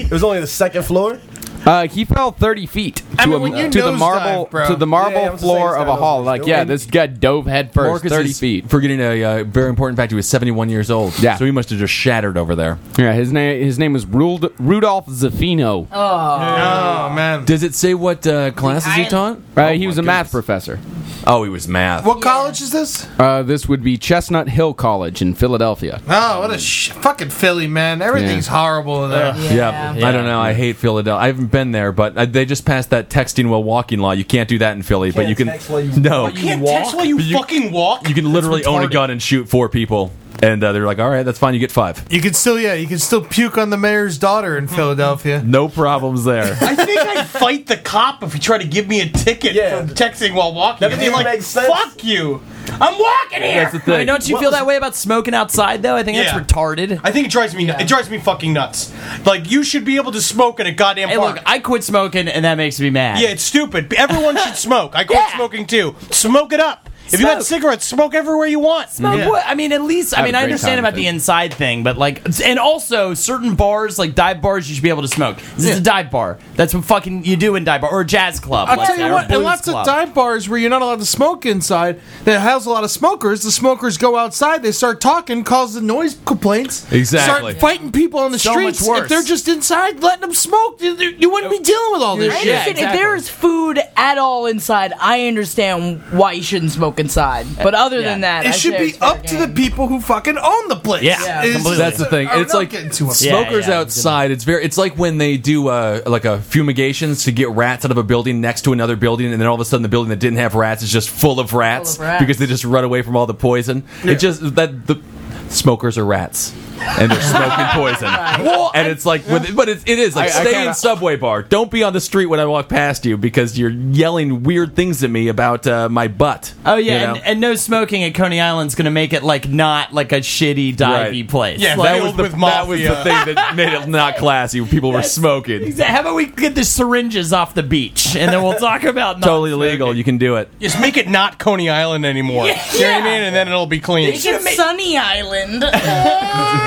[SPEAKER 5] It was only the second floor.
[SPEAKER 9] uh, he fell thirty feet to,
[SPEAKER 11] I mean,
[SPEAKER 9] a-
[SPEAKER 11] when you
[SPEAKER 9] to the
[SPEAKER 11] nosedive,
[SPEAKER 9] marble
[SPEAKER 11] bro.
[SPEAKER 9] to the marble
[SPEAKER 5] Yeah, yeah, I'm just
[SPEAKER 9] floor
[SPEAKER 5] saying
[SPEAKER 9] of a
[SPEAKER 5] it's
[SPEAKER 9] hall.
[SPEAKER 5] not
[SPEAKER 9] Like,
[SPEAKER 5] overdoing.
[SPEAKER 9] yeah, this guy dove headfirst
[SPEAKER 10] Marcus
[SPEAKER 9] thirty
[SPEAKER 10] is
[SPEAKER 9] feet.
[SPEAKER 10] forgetting a uh, very important fact. He was 71 years old.
[SPEAKER 9] Yeah.
[SPEAKER 10] So he must have just shattered over there.
[SPEAKER 9] Yeah, his name his name was Ruled- Rudolph Zaffino.
[SPEAKER 11] Oh man.
[SPEAKER 10] Does it say what uh, classes he taught?
[SPEAKER 9] Uh,
[SPEAKER 10] Oh,
[SPEAKER 9] he
[SPEAKER 10] my
[SPEAKER 9] was a math
[SPEAKER 10] goodness.
[SPEAKER 9] professor.
[SPEAKER 10] Oh, he was math.
[SPEAKER 11] What college is this?
[SPEAKER 9] Uh, this would be Chestnut Hill College in Philadelphia.
[SPEAKER 11] Oh, what a sh- fucking Philly man! Everything's horrible in there.
[SPEAKER 10] Yeah. I don't know. I hate Philadelphia. I haven't been there, but uh they just passed that texting while walking law. You can't do that in Philly, but you can.
[SPEAKER 5] text while you-
[SPEAKER 10] no,
[SPEAKER 7] You can't text while you,
[SPEAKER 10] But
[SPEAKER 7] fucking walk.
[SPEAKER 10] You can literally own a gun and shoot four people, and uh, they're like, "All right, that's fine. You get five.
[SPEAKER 11] You can still, yeah, you can still puke on the mayor's daughter in Philadelphia.
[SPEAKER 10] No problems there."
[SPEAKER 7] I think I'd fight the cop if he tried to give me a ticket
[SPEAKER 5] Yeah.
[SPEAKER 7] for texting while walking.
[SPEAKER 5] That
[SPEAKER 7] I'd be
[SPEAKER 5] doesn't
[SPEAKER 7] like,
[SPEAKER 5] make sense.
[SPEAKER 7] fuck you. I'm walking here.
[SPEAKER 10] that's the thing.
[SPEAKER 12] I mean, don't you feel that way about smoking outside though? I think
[SPEAKER 7] Yeah.
[SPEAKER 12] that's retarded.
[SPEAKER 7] I think it drives me. nu- It drives me fucking nuts. Like you should be able to smoke in a goddamn
[SPEAKER 12] Hey,
[SPEAKER 7] park.
[SPEAKER 12] look, I quit smoking and that makes me mad.
[SPEAKER 7] yeah, it's stupid. Everyone should smoke. I quit
[SPEAKER 12] Yeah.
[SPEAKER 7] smoking too. Smoke it up. If you got
[SPEAKER 12] Smoke.
[SPEAKER 7] cigarettes, smoke everywhere you want.
[SPEAKER 12] But what- I mean, at least I
[SPEAKER 9] Have a
[SPEAKER 12] mean I
[SPEAKER 9] great
[SPEAKER 12] understand
[SPEAKER 9] time
[SPEAKER 12] about
[SPEAKER 9] with
[SPEAKER 12] the
[SPEAKER 9] it.
[SPEAKER 12] inside thing, but like, and also certain bars, like dive bars, you should be able to smoke. This is a dive bar. That's what fucking you do in dive bar or a jazz club.
[SPEAKER 11] I'll
[SPEAKER 12] like,
[SPEAKER 11] tell
[SPEAKER 12] or
[SPEAKER 11] you
[SPEAKER 12] a
[SPEAKER 11] what, and
[SPEAKER 12] blues
[SPEAKER 11] lots
[SPEAKER 12] club.
[SPEAKER 11] of dive bars where you're not allowed to smoke inside that has a lot of smokers. The smokers go outside, they start talking, cause the noise complaints.
[SPEAKER 10] Exactly.
[SPEAKER 11] Start fighting people on the
[SPEAKER 12] So much
[SPEAKER 11] streets.
[SPEAKER 12] worse.
[SPEAKER 11] If they're just inside, letting them smoke, you, you wouldn't be dealing with all this
[SPEAKER 8] I
[SPEAKER 11] shit.
[SPEAKER 8] understand. If there is food at all inside, I understand why you shouldn't smoke inside.
[SPEAKER 10] Uh,
[SPEAKER 8] But other than
[SPEAKER 12] Yeah.
[SPEAKER 8] that, I
[SPEAKER 11] It should
[SPEAKER 8] say
[SPEAKER 11] be
[SPEAKER 8] it's fair
[SPEAKER 11] up to the
[SPEAKER 8] game.
[SPEAKER 11] people who fucking own the place.
[SPEAKER 12] Yeah, Yeah,
[SPEAKER 11] It's-
[SPEAKER 12] completely.
[SPEAKER 10] That's the thing.
[SPEAKER 11] I'm
[SPEAKER 10] It's
[SPEAKER 11] not
[SPEAKER 10] like
[SPEAKER 11] getting too upset.
[SPEAKER 10] smokers
[SPEAKER 12] yeah, I'm
[SPEAKER 10] outside. It's very. It's like when they do uh, like a fumigations to get rats out of a building next to another building, and then all of a sudden the building that didn't have rats is just full of rats,
[SPEAKER 8] rats.
[SPEAKER 10] because they just run away from all the poison. It just that the. smokers are rats, and they're smoking poison. and it's like, with, but it's, it is like
[SPEAKER 9] I- I
[SPEAKER 10] stay
[SPEAKER 9] kinda-
[SPEAKER 10] in subway bar. Don't be on the street when I walk past you because you're yelling weird things at me about uh, my butt.
[SPEAKER 12] Oh
[SPEAKER 10] you
[SPEAKER 12] yeah,
[SPEAKER 10] know?
[SPEAKER 12] and, and no smoking at Coney Island's gonna make it like not like a shitty divey
[SPEAKER 10] Right.
[SPEAKER 12] place.
[SPEAKER 7] Yeah,
[SPEAKER 12] Like-
[SPEAKER 10] that was
[SPEAKER 7] filled
[SPEAKER 10] the
[SPEAKER 7] with
[SPEAKER 10] that was the
[SPEAKER 7] mafia.
[SPEAKER 10] thing that made it not classy. People were smoking.
[SPEAKER 12] Exa- How about we get the syringes off the beach and then we'll talk about
[SPEAKER 10] Totally legal. You can do it.
[SPEAKER 7] Just make it not Coney Island anymore.
[SPEAKER 8] Yeah.
[SPEAKER 7] You know what I mean? And then it'll be clean.
[SPEAKER 8] It's Sunny Island.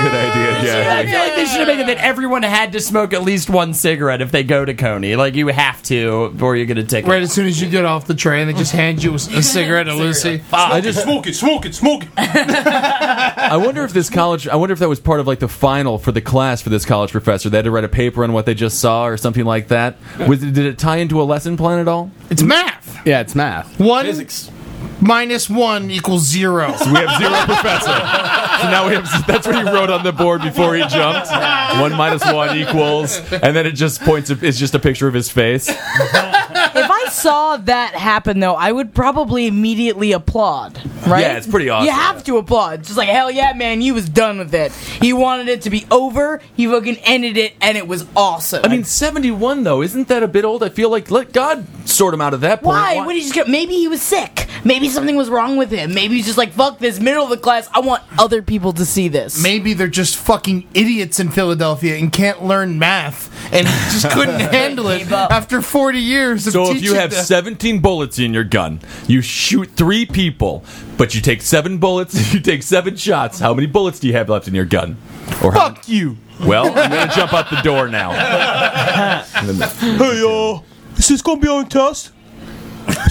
[SPEAKER 10] Good idea,
[SPEAKER 12] I feel like they should have made it that everyone had to smoke at least one cigarette if they go to Coney. Like you have to, or you're gonna take.
[SPEAKER 11] Right as soon as you get off the train, they just hand you a, a cigarette to Lucy.
[SPEAKER 10] I just
[SPEAKER 7] Smoke it, smoke it, smoke it.
[SPEAKER 10] I wonder if this college I wonder if that was part of like the final for the class for this college professor. They had to write a paper on what they just saw or something like that. Was did it tie into a lesson plan at all?
[SPEAKER 11] It's math.
[SPEAKER 9] Yeah, it's math.
[SPEAKER 11] One minus one equals zero.
[SPEAKER 10] We have zero professor. So now we have that's what he wrote on the board before he jumped. One minus one equals and then it just points it's just a picture of his face.
[SPEAKER 8] if I saw that happen, though, I would probably immediately applaud. Right?
[SPEAKER 10] Yeah, it's pretty awesome.
[SPEAKER 8] You have to applaud. It's Just like hell yeah, man, he was done with it. He wanted it to be over. He fucking ended it, and it was awesome.
[SPEAKER 10] I mean, 71 though, isn't that a bit old? I feel like let God sort him out of that point.
[SPEAKER 8] why would he just get? Maybe he was sick. Maybe something was wrong with him. Maybe he's just like fuck this middle of the class. I want other people to see this.
[SPEAKER 11] Maybe they're just fucking idiots in Philadelphia and can't learn math and just couldn't handle it
[SPEAKER 8] Keep up.
[SPEAKER 11] after 40 years of
[SPEAKER 10] So if
[SPEAKER 11] teaching
[SPEAKER 10] you have
[SPEAKER 11] them.
[SPEAKER 10] 17 bullets in your gun, you shoot three people, but you take seven bullets, you take seven shots. How many bullets do you have left in your gun? Or how,
[SPEAKER 11] Fuck you.
[SPEAKER 10] well, I'm gonna jump out the door now.
[SPEAKER 7] Hey, y'all. Is this going to be on test?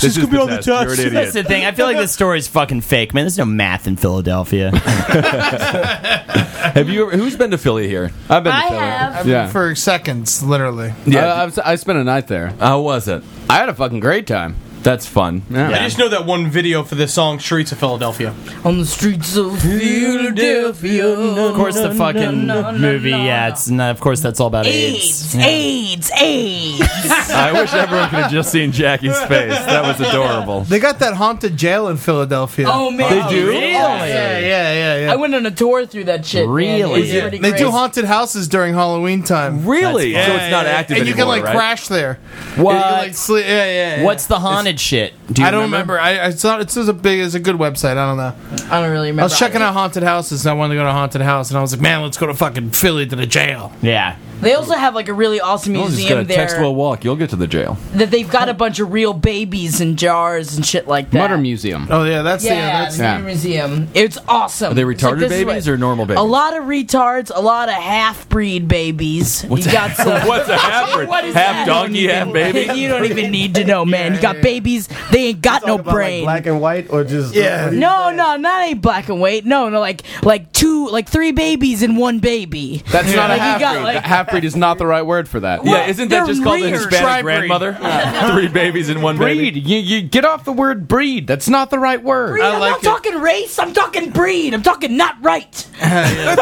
[SPEAKER 10] This is
[SPEAKER 7] gonna be on the
[SPEAKER 10] test. You're an
[SPEAKER 7] test.
[SPEAKER 10] idiot.
[SPEAKER 12] That's the thing. I feel like this story's fucking fake, man. There's no math in Philadelphia.
[SPEAKER 10] Have you? Ever, who's been to Philly here?
[SPEAKER 9] I've been.
[SPEAKER 8] I
[SPEAKER 9] to Philly.
[SPEAKER 8] have.
[SPEAKER 9] Yeah.
[SPEAKER 11] For seconds, literally.
[SPEAKER 10] Yeah.
[SPEAKER 9] I, I've, I spent a night there.
[SPEAKER 10] How was it?
[SPEAKER 9] I had a fucking great time.
[SPEAKER 10] That's fun.
[SPEAKER 9] Yeah.
[SPEAKER 7] I just know that one video for the song Streets of Philadelphia.
[SPEAKER 8] On the streets of Philadelphia.
[SPEAKER 12] of course, the fucking movie. Yeah, it's not, of course that's all about AIDS.
[SPEAKER 8] AIDS, AIDS, AIDS.
[SPEAKER 10] I wish everyone could have just seen Jackie's face. That was adorable.
[SPEAKER 11] They got that haunted jail in Philadelphia.
[SPEAKER 8] Oh man,
[SPEAKER 10] They do?
[SPEAKER 8] Really?
[SPEAKER 11] yeah, yeah, yeah, yeah.
[SPEAKER 8] I went on a tour through that shit. man.
[SPEAKER 12] Really?
[SPEAKER 8] It was
[SPEAKER 12] Yeah.
[SPEAKER 8] pretty
[SPEAKER 11] they
[SPEAKER 8] crazy.
[SPEAKER 11] do haunted houses during Halloween time.
[SPEAKER 10] Really?
[SPEAKER 12] That's
[SPEAKER 10] so it's not active
[SPEAKER 11] and you can
[SPEAKER 10] anymore,
[SPEAKER 11] like
[SPEAKER 10] right?
[SPEAKER 11] crash there.
[SPEAKER 12] What?
[SPEAKER 11] And you can, like, sleep- yeah, yeah, yeah.
[SPEAKER 12] What's the haunted shit? Do you
[SPEAKER 11] I don't remember. I, I saw it's as a big as a good website. I don't know.
[SPEAKER 8] I don't really remember.
[SPEAKER 11] I was checking out haunted houses. and I wanted to go to a haunted house, and I was like, man, let's go to fucking Philly to the jail.
[SPEAKER 12] Yeah.
[SPEAKER 8] They also have like a really awesome
[SPEAKER 10] You'll just gotta
[SPEAKER 8] museum there
[SPEAKER 10] text will walk. You'll get to the jail.
[SPEAKER 8] that they've got a bunch of real babies in jars and shit like that.
[SPEAKER 9] Mutter Museum.
[SPEAKER 11] Oh yeah, that's
[SPEAKER 8] Yeah,
[SPEAKER 11] the yeah,
[SPEAKER 8] the
[SPEAKER 11] that's,
[SPEAKER 9] yeah.
[SPEAKER 8] Mutter museum. It's awesome.
[SPEAKER 10] Are they
[SPEAKER 8] It's like,
[SPEAKER 10] retarded
[SPEAKER 8] this is
[SPEAKER 10] babies
[SPEAKER 8] what-
[SPEAKER 10] or normal babies?
[SPEAKER 8] A lot of retards, a lot of half breed babies. you got some.
[SPEAKER 10] What's a half
[SPEAKER 8] What is
[SPEAKER 10] half
[SPEAKER 8] that?
[SPEAKER 10] donkey,
[SPEAKER 8] You don't
[SPEAKER 10] half
[SPEAKER 8] even-
[SPEAKER 10] baby?
[SPEAKER 8] you don't even need to know, man. you got
[SPEAKER 11] yeah.
[SPEAKER 8] babies. They ain't got no
[SPEAKER 5] Talk about, like,
[SPEAKER 8] brain.
[SPEAKER 5] black and white or just
[SPEAKER 11] Yeah.
[SPEAKER 5] what do you-
[SPEAKER 8] no, no, not a black and white. No, no, like like two, like three babies and one baby.
[SPEAKER 9] That's not a
[SPEAKER 8] Like, you
[SPEAKER 9] half
[SPEAKER 8] got,
[SPEAKER 9] breed.
[SPEAKER 8] like-
[SPEAKER 9] half breed is not the right word for that.
[SPEAKER 10] Yeah, isn't that
[SPEAKER 8] They're
[SPEAKER 10] just called a
[SPEAKER 8] weird.
[SPEAKER 10] Hispanic
[SPEAKER 11] Tri-breed.
[SPEAKER 10] grandmother? Three babies in one
[SPEAKER 9] Breed.
[SPEAKER 10] baby.
[SPEAKER 9] You, you get off the word breed. That's not the right word.
[SPEAKER 8] Breed, I'm
[SPEAKER 11] like
[SPEAKER 8] not
[SPEAKER 11] it.
[SPEAKER 8] talking race. I'm talking breed. I'm talking not right. no,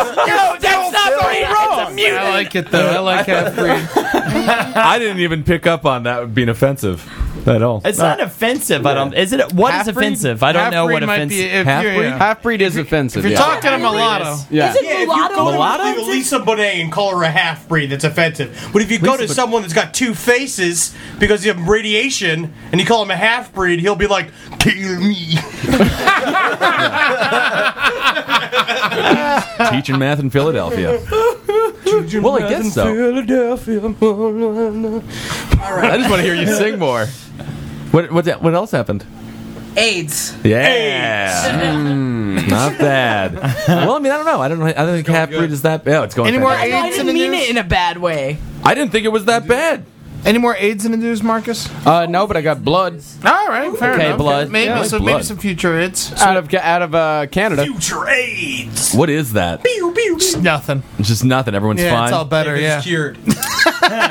[SPEAKER 8] that's not breed. It's a mutant.
[SPEAKER 11] I like it though. I like half breed.
[SPEAKER 10] I didn't even pick up on that being offensive at all.
[SPEAKER 12] It's not offensive. I don't. Is it? What is
[SPEAKER 11] Half-breed-
[SPEAKER 12] offensive? I don't know what
[SPEAKER 11] half-breed might be
[SPEAKER 12] offensive.
[SPEAKER 11] if
[SPEAKER 10] half
[SPEAKER 11] you're-
[SPEAKER 10] breed?
[SPEAKER 11] yeah.
[SPEAKER 9] Half breed is offensive.
[SPEAKER 11] If you're
[SPEAKER 9] yeah.
[SPEAKER 11] talking to mulatto,
[SPEAKER 9] yeah.
[SPEAKER 8] Is it mulatto?
[SPEAKER 7] Leave Elisa Bonet and call her a half breed. That's offensive. But if you go to someone that's got two faces because you have radiation and you call him a half breed, he'll be like, "Kill me."
[SPEAKER 10] Teaching math in Philadelphia. well, I guess so. All right. I just want to hear you sing more. What what what else happened?
[SPEAKER 8] AIDS.
[SPEAKER 10] Yeah, Mm, not bad. Well, I mean, I don't know. I don't. know. I don't think half breed is that. Yeah, it's going.
[SPEAKER 11] Any more
[SPEAKER 10] fantastic.
[SPEAKER 11] AIDS
[SPEAKER 8] No, I
[SPEAKER 11] in
[SPEAKER 8] didn't
[SPEAKER 11] the
[SPEAKER 8] mean
[SPEAKER 11] news?
[SPEAKER 8] it in a bad way.
[SPEAKER 10] I didn't think it was that bad.
[SPEAKER 11] Any more AIDS in the news, Marcus?
[SPEAKER 9] Uh, no, but I got blood
[SPEAKER 11] All right, fair
[SPEAKER 12] Okay,
[SPEAKER 11] enough.
[SPEAKER 12] blood.
[SPEAKER 11] Maybe
[SPEAKER 10] Yeah,
[SPEAKER 11] so.
[SPEAKER 10] blood.
[SPEAKER 11] Maybe some future AIDS.
[SPEAKER 9] out of Ca- out of uh, Canada.
[SPEAKER 7] Future AIDS.
[SPEAKER 10] What is that?
[SPEAKER 11] Just nothing.
[SPEAKER 10] It's just nothing. Everyone's
[SPEAKER 11] yeah,
[SPEAKER 10] fine.
[SPEAKER 11] it's all better. Yeah.
[SPEAKER 7] It's cured.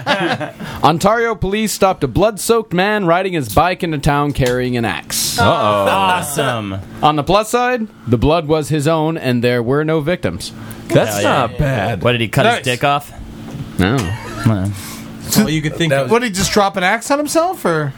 [SPEAKER 9] Ontario police stopped a blood-soaked man riding his bike into town carrying an axe.
[SPEAKER 12] Awesome.
[SPEAKER 9] On the plus side, the blood was his own, and there were no victims.
[SPEAKER 10] That's not bad.
[SPEAKER 12] What did he cut
[SPEAKER 11] Nice.
[SPEAKER 12] his dick off?
[SPEAKER 9] No.
[SPEAKER 7] That's all you could think of.
[SPEAKER 11] What did he just drop an axe on himself, or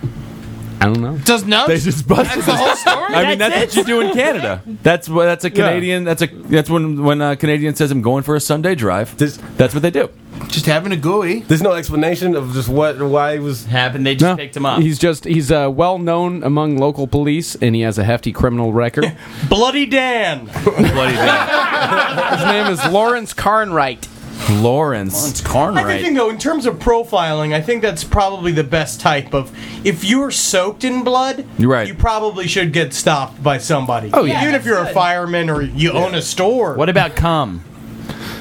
[SPEAKER 9] I don't know.
[SPEAKER 11] Does nuts?
[SPEAKER 10] They just busted.
[SPEAKER 11] That's the whole story.
[SPEAKER 10] I mean, that's what you do in Canada. That's what that's a Canadian. That's a that's when when a Canadian says I'm going for a Sunday drive.
[SPEAKER 5] This-
[SPEAKER 10] that's what they do.
[SPEAKER 11] just having a gooey.
[SPEAKER 5] There's no explanation of just what why he was.
[SPEAKER 12] Happened. They just picked him up.
[SPEAKER 9] He's just he's uh, well known among local police, and he has a hefty criminal record. His
[SPEAKER 7] Bloody Dan.
[SPEAKER 10] Bloody hell.
[SPEAKER 9] name is Lawrence Carnwright.
[SPEAKER 10] Lawrence.
[SPEAKER 12] it's Carnwright.
[SPEAKER 7] I think though, in terms of profiling, I think that's probably the best type of. If you're soaked in blood,
[SPEAKER 10] You're right.
[SPEAKER 7] You probably should get stopped by somebody. Oh
[SPEAKER 9] yeah.
[SPEAKER 7] even if you're a fireman or you own a store.
[SPEAKER 12] What about cum?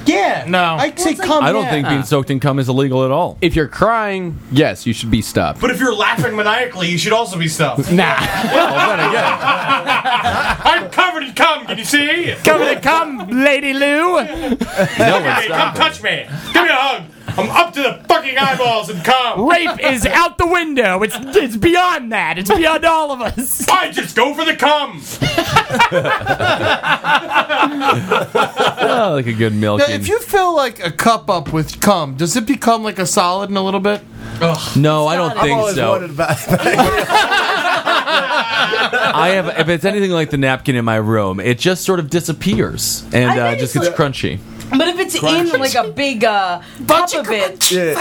[SPEAKER 7] Yeah,
[SPEAKER 12] No.
[SPEAKER 7] I'd say
[SPEAKER 8] it's like-
[SPEAKER 7] come.
[SPEAKER 10] I don't
[SPEAKER 7] yeah.
[SPEAKER 10] think being soaked in cum is illegal at all.
[SPEAKER 9] If you're crying, yes, you should be stopped.
[SPEAKER 7] But if you're laughing maniacally, you should also be stopped.
[SPEAKER 9] Nah,
[SPEAKER 7] I'm covered in cum. Can you see?
[SPEAKER 9] coming to cum, Lady Lou.
[SPEAKER 10] No one's
[SPEAKER 7] Hey, come touch me. Give me a hug. I'm up to the fucking eyeballs in cum.
[SPEAKER 12] Rape is out the window. It's it's beyond that. It's beyond all of us.
[SPEAKER 7] I just go for the cum.
[SPEAKER 10] oh, like a good
[SPEAKER 11] Now,
[SPEAKER 10] milking.
[SPEAKER 11] if you fill like a cup up with cum, does it become like a solid in a little bit?
[SPEAKER 10] no, I don't
[SPEAKER 5] I've
[SPEAKER 10] think
[SPEAKER 5] always
[SPEAKER 10] so.
[SPEAKER 5] wondered about
[SPEAKER 10] I have. If it's anything like the napkin in my room, it just sort of disappears and
[SPEAKER 8] I
[SPEAKER 10] uh,
[SPEAKER 8] think
[SPEAKER 10] just
[SPEAKER 8] it's
[SPEAKER 10] gets crunchy.
[SPEAKER 8] But if it's in like a big uh, bunch of it,
[SPEAKER 5] Yeah.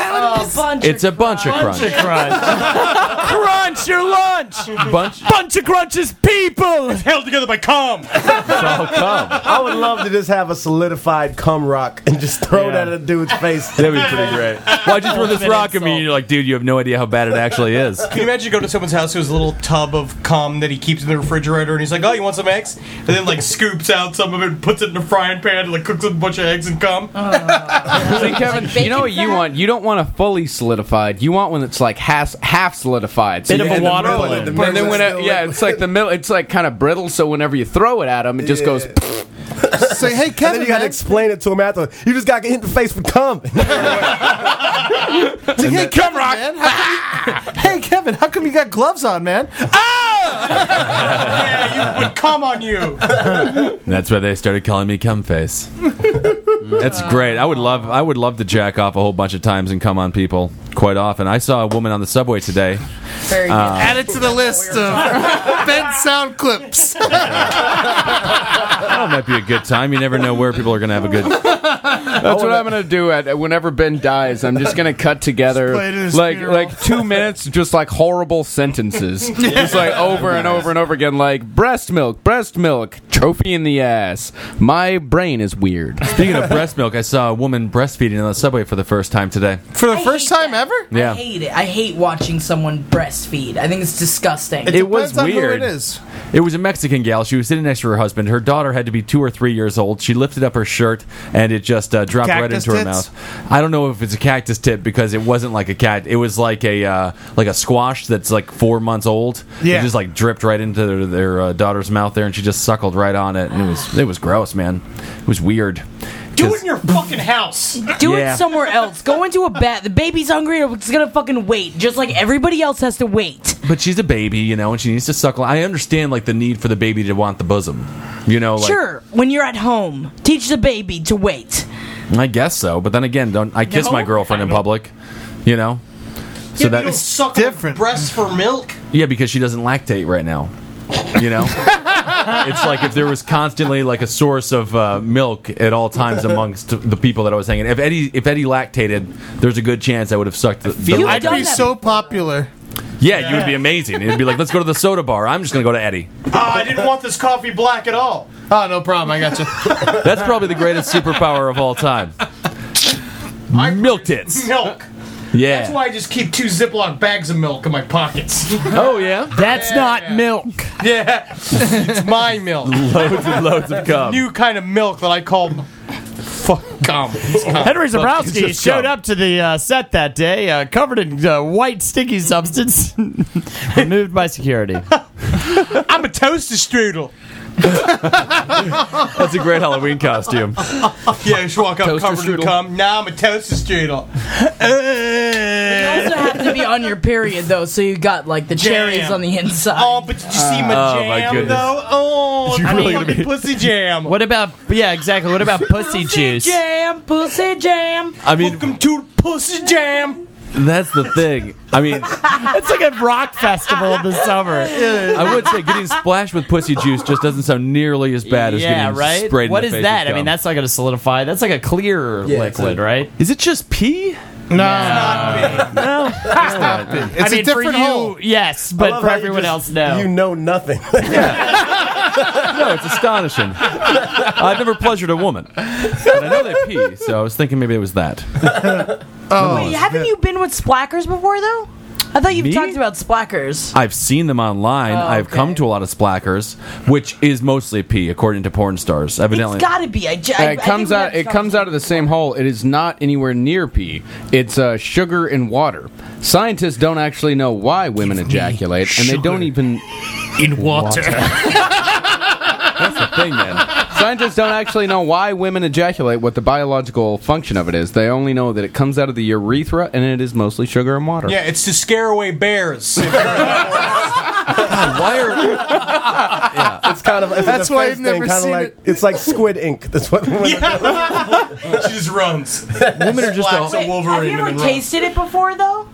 [SPEAKER 8] a bunch.
[SPEAKER 10] It's a bunch of crunch.
[SPEAKER 12] Crunch your lunch.
[SPEAKER 10] Bunch.
[SPEAKER 12] Bunch of crunches, people.
[SPEAKER 7] Held together by cum.
[SPEAKER 10] Oh, cum.
[SPEAKER 5] I would love to just have a solidified cum rock and just throw
[SPEAKER 10] Yeah.
[SPEAKER 5] that at a dude's face.
[SPEAKER 10] That'd be pretty great. Why'd you throw this rock at me? And You're like, dude, you have no idea how bad it actually is.
[SPEAKER 7] Can you imagine you go to someone's house who has a little tub of cum that he keeps in the refrigerator and he's like, oh, you want some eggs? And then, like, scoops out some of it and puts it in a frying pan and, like, cooks a bunch of eggs and cum.
[SPEAKER 9] See, Kevin,
[SPEAKER 8] Like
[SPEAKER 9] you know what you
[SPEAKER 8] bacon fat?
[SPEAKER 9] want? You don't want a fully solidified. You want one that's like half half solidified. So
[SPEAKER 12] Bit
[SPEAKER 9] you
[SPEAKER 12] of a
[SPEAKER 9] can-
[SPEAKER 12] water
[SPEAKER 5] middle,
[SPEAKER 12] balloon.
[SPEAKER 5] the
[SPEAKER 9] and then
[SPEAKER 5] middle
[SPEAKER 9] when
[SPEAKER 5] is
[SPEAKER 9] it,
[SPEAKER 5] still
[SPEAKER 9] yeah,
[SPEAKER 5] liquid.
[SPEAKER 9] it's like the middle. It's like kind of brittle. So whenever you throw it at him, it just goes.
[SPEAKER 5] Yeah.
[SPEAKER 11] Say, hey
[SPEAKER 5] And
[SPEAKER 11] Kevin,
[SPEAKER 5] then you got to
[SPEAKER 11] man.
[SPEAKER 5] explain it to him after. You just got to hit the face with cum.
[SPEAKER 11] Say, hey Kevin, man. How come you- hey Kevin, how come you got gloves on, man?
[SPEAKER 7] yeah, you would cum on you.
[SPEAKER 10] That's why they started calling me cum face. That's great. I would love I would love to jack off a whole bunch of times and come on people quite often. I saw a woman on the subway today.
[SPEAKER 8] very good.
[SPEAKER 11] Add it to the list of Ben sound clips.
[SPEAKER 10] That might be a good time. You never know where people are going to have a good
[SPEAKER 9] That's what I'm gonna do. At whenever Ben dies, I'm just gonna cut together
[SPEAKER 11] play it at his
[SPEAKER 9] like
[SPEAKER 11] funeral.
[SPEAKER 9] like two minutes, of just like horrible sentences, just like over and over and over again, like breast milk, breast milk, trophy in the ass. My brain is weird.
[SPEAKER 10] Speaking of breast milk, I saw a woman breastfeeding on the subway for the first time today.
[SPEAKER 11] For the
[SPEAKER 8] I
[SPEAKER 11] first
[SPEAKER 8] hate
[SPEAKER 11] time
[SPEAKER 8] that.
[SPEAKER 11] ever?
[SPEAKER 10] Yeah.
[SPEAKER 8] I hate it. I hate watching someone breastfeed. I think it's disgusting.
[SPEAKER 10] It was
[SPEAKER 11] Depends on who
[SPEAKER 10] weird.
[SPEAKER 11] it is.
[SPEAKER 10] It was a Mexican gal. She was sitting next to her husband. Her daughter had to be two or three years old. She lifted up her shirt and it just uh, dropped right
[SPEAKER 11] Cactus
[SPEAKER 10] into her
[SPEAKER 11] tits?
[SPEAKER 10] mouth. I don't know if it's a cactus tip because it wasn't like a cat. It was like a uh, like a squash that's like four months old.
[SPEAKER 11] Yeah.
[SPEAKER 10] it just like dripped right into their, their uh, daughter's mouth there, and she just suckled right on it. And it was it was gross, man. It was weird.
[SPEAKER 7] Do
[SPEAKER 10] 'Cause-
[SPEAKER 7] it in your fucking house.
[SPEAKER 8] Do
[SPEAKER 10] Yeah.
[SPEAKER 8] it somewhere else. Go into a bat. The baby's hungry. and It's gonna fucking wait, just like everybody else has to wait.
[SPEAKER 10] but she's a baby, you know, and she needs to suckle. I understand like the need for the baby to want the bosom, you know. Like,
[SPEAKER 8] sure, when you're at home, teach the baby to wait.
[SPEAKER 10] I guess so, but then again, don't I kiss
[SPEAKER 7] No,
[SPEAKER 10] my girlfriend
[SPEAKER 7] I
[SPEAKER 10] in
[SPEAKER 7] don't.
[SPEAKER 10] public? You know, so
[SPEAKER 7] you don't
[SPEAKER 10] that
[SPEAKER 7] suck
[SPEAKER 11] different.
[SPEAKER 7] breasts for milk.
[SPEAKER 10] yeah, because she doesn't lactate right now. You know, it's like if there was constantly like a source of uh, milk at all times amongst the people that I was hanging. If Eddie if Eddie lactated, there's a good chance I would have sucked. The, the
[SPEAKER 8] You
[SPEAKER 10] life-
[SPEAKER 11] I'd
[SPEAKER 8] done
[SPEAKER 11] be
[SPEAKER 8] that
[SPEAKER 11] so popular.
[SPEAKER 10] yeah, you would be amazing. It'd be like let's go to the soda bar. I'm just gonna go to Eddie.
[SPEAKER 7] Ah, I didn't want this coffee black at all.
[SPEAKER 11] Oh, no problem. I got you.
[SPEAKER 10] That's probably the greatest superpower of all time. Milk tits.
[SPEAKER 7] Milk.
[SPEAKER 10] Yeah.
[SPEAKER 7] That's why I just keep two Ziploc bags of milk in my pockets.
[SPEAKER 10] Oh yeah.
[SPEAKER 12] That's not milk.
[SPEAKER 7] yeah, it's my milk.
[SPEAKER 10] loads and loads of cum.
[SPEAKER 7] New kind of milk that I call fuck cum. It's cum.
[SPEAKER 12] Henry Zabrowski
[SPEAKER 10] just
[SPEAKER 12] showed
[SPEAKER 10] come.
[SPEAKER 12] up to the uh, set that day, uh, covered in uh, white sticky substance, removed by security.
[SPEAKER 7] I'm a toaster strudel.
[SPEAKER 10] That's a great Halloween costume.
[SPEAKER 7] Yeah, just walk up covered in cum. Now I'm a toaster strudel.
[SPEAKER 8] You
[SPEAKER 7] Uh,
[SPEAKER 8] also have to be on your period though, so you got like the cherries
[SPEAKER 7] Jam.
[SPEAKER 8] on the inside.
[SPEAKER 7] oh, but did you see my
[SPEAKER 10] Oh, my
[SPEAKER 7] jam
[SPEAKER 10] goodness.
[SPEAKER 7] though? Oh,
[SPEAKER 10] You
[SPEAKER 7] I
[SPEAKER 10] really
[SPEAKER 7] fucking
[SPEAKER 10] gonna be-
[SPEAKER 7] pussy jam.
[SPEAKER 12] What about yeah, exactly? What about pussy juice?
[SPEAKER 8] jam, pussy jam.
[SPEAKER 10] I mean,
[SPEAKER 7] Welcome to the pussy jam.
[SPEAKER 10] that's the thing. I mean,
[SPEAKER 12] It's like a rock festival this summer.
[SPEAKER 10] I would say getting splashed with pussy juice just doesn't sound nearly as bad as
[SPEAKER 12] yeah,
[SPEAKER 10] getting
[SPEAKER 12] right.
[SPEAKER 10] sprayed. in
[SPEAKER 12] What
[SPEAKER 10] the
[SPEAKER 12] is
[SPEAKER 10] face with
[SPEAKER 12] that? I
[SPEAKER 10] gum.
[SPEAKER 12] mean, that's not going to solidify. That's like a clear
[SPEAKER 5] Yeah, it's
[SPEAKER 12] liquid,
[SPEAKER 5] a-
[SPEAKER 12] right?
[SPEAKER 10] is it just pee?
[SPEAKER 11] It's
[SPEAKER 12] I
[SPEAKER 11] a
[SPEAKER 12] mean,
[SPEAKER 11] different
[SPEAKER 12] for you,
[SPEAKER 11] hole.
[SPEAKER 12] yes,
[SPEAKER 5] I
[SPEAKER 12] but
[SPEAKER 5] love
[SPEAKER 12] for
[SPEAKER 5] how you
[SPEAKER 12] everyone
[SPEAKER 5] just-
[SPEAKER 12] else, no.
[SPEAKER 5] You know nothing.
[SPEAKER 10] No, it's astonishing. I've never pleasured a woman, but I know they pee, so I was thinking maybe it was that.
[SPEAKER 8] Wait, haven't you been with splackers before though? I thought you've
[SPEAKER 10] Me?
[SPEAKER 8] talked about splackers.
[SPEAKER 10] I've seen them online.
[SPEAKER 8] Oh,
[SPEAKER 10] I've come
[SPEAKER 8] okay.
[SPEAKER 10] to a lot of splackers, which is mostly pee, according to porn stars. Evidently,
[SPEAKER 8] It's got to be. I, ju-
[SPEAKER 9] Uh,
[SPEAKER 8] I,
[SPEAKER 9] it comes out. It comes out of the same hole. It is not anywhere near pee. It's uh, sugar and water. Scientists don't actually know why women ejaculate, and they don't even.
[SPEAKER 11] in water.
[SPEAKER 10] that's the thing, man.
[SPEAKER 9] Scientists don't actually know why women ejaculate. What the biological function of it is. They only know that it comes out of the urethra, and it is mostly sugar and water.
[SPEAKER 7] Yeah, it's to scare away bears.
[SPEAKER 10] Why are
[SPEAKER 5] It's kind of it's
[SPEAKER 11] That's
[SPEAKER 5] a
[SPEAKER 11] why
[SPEAKER 5] defense
[SPEAKER 11] I've never
[SPEAKER 5] thing, kinda
[SPEAKER 11] seen
[SPEAKER 5] like,
[SPEAKER 11] it.
[SPEAKER 5] It's like squid ink. That's what.
[SPEAKER 7] she just runs. Women are just a,
[SPEAKER 8] Have
[SPEAKER 7] Wolverine
[SPEAKER 8] you
[SPEAKER 7] and
[SPEAKER 8] ever
[SPEAKER 7] then runs.
[SPEAKER 8] tasted it before though?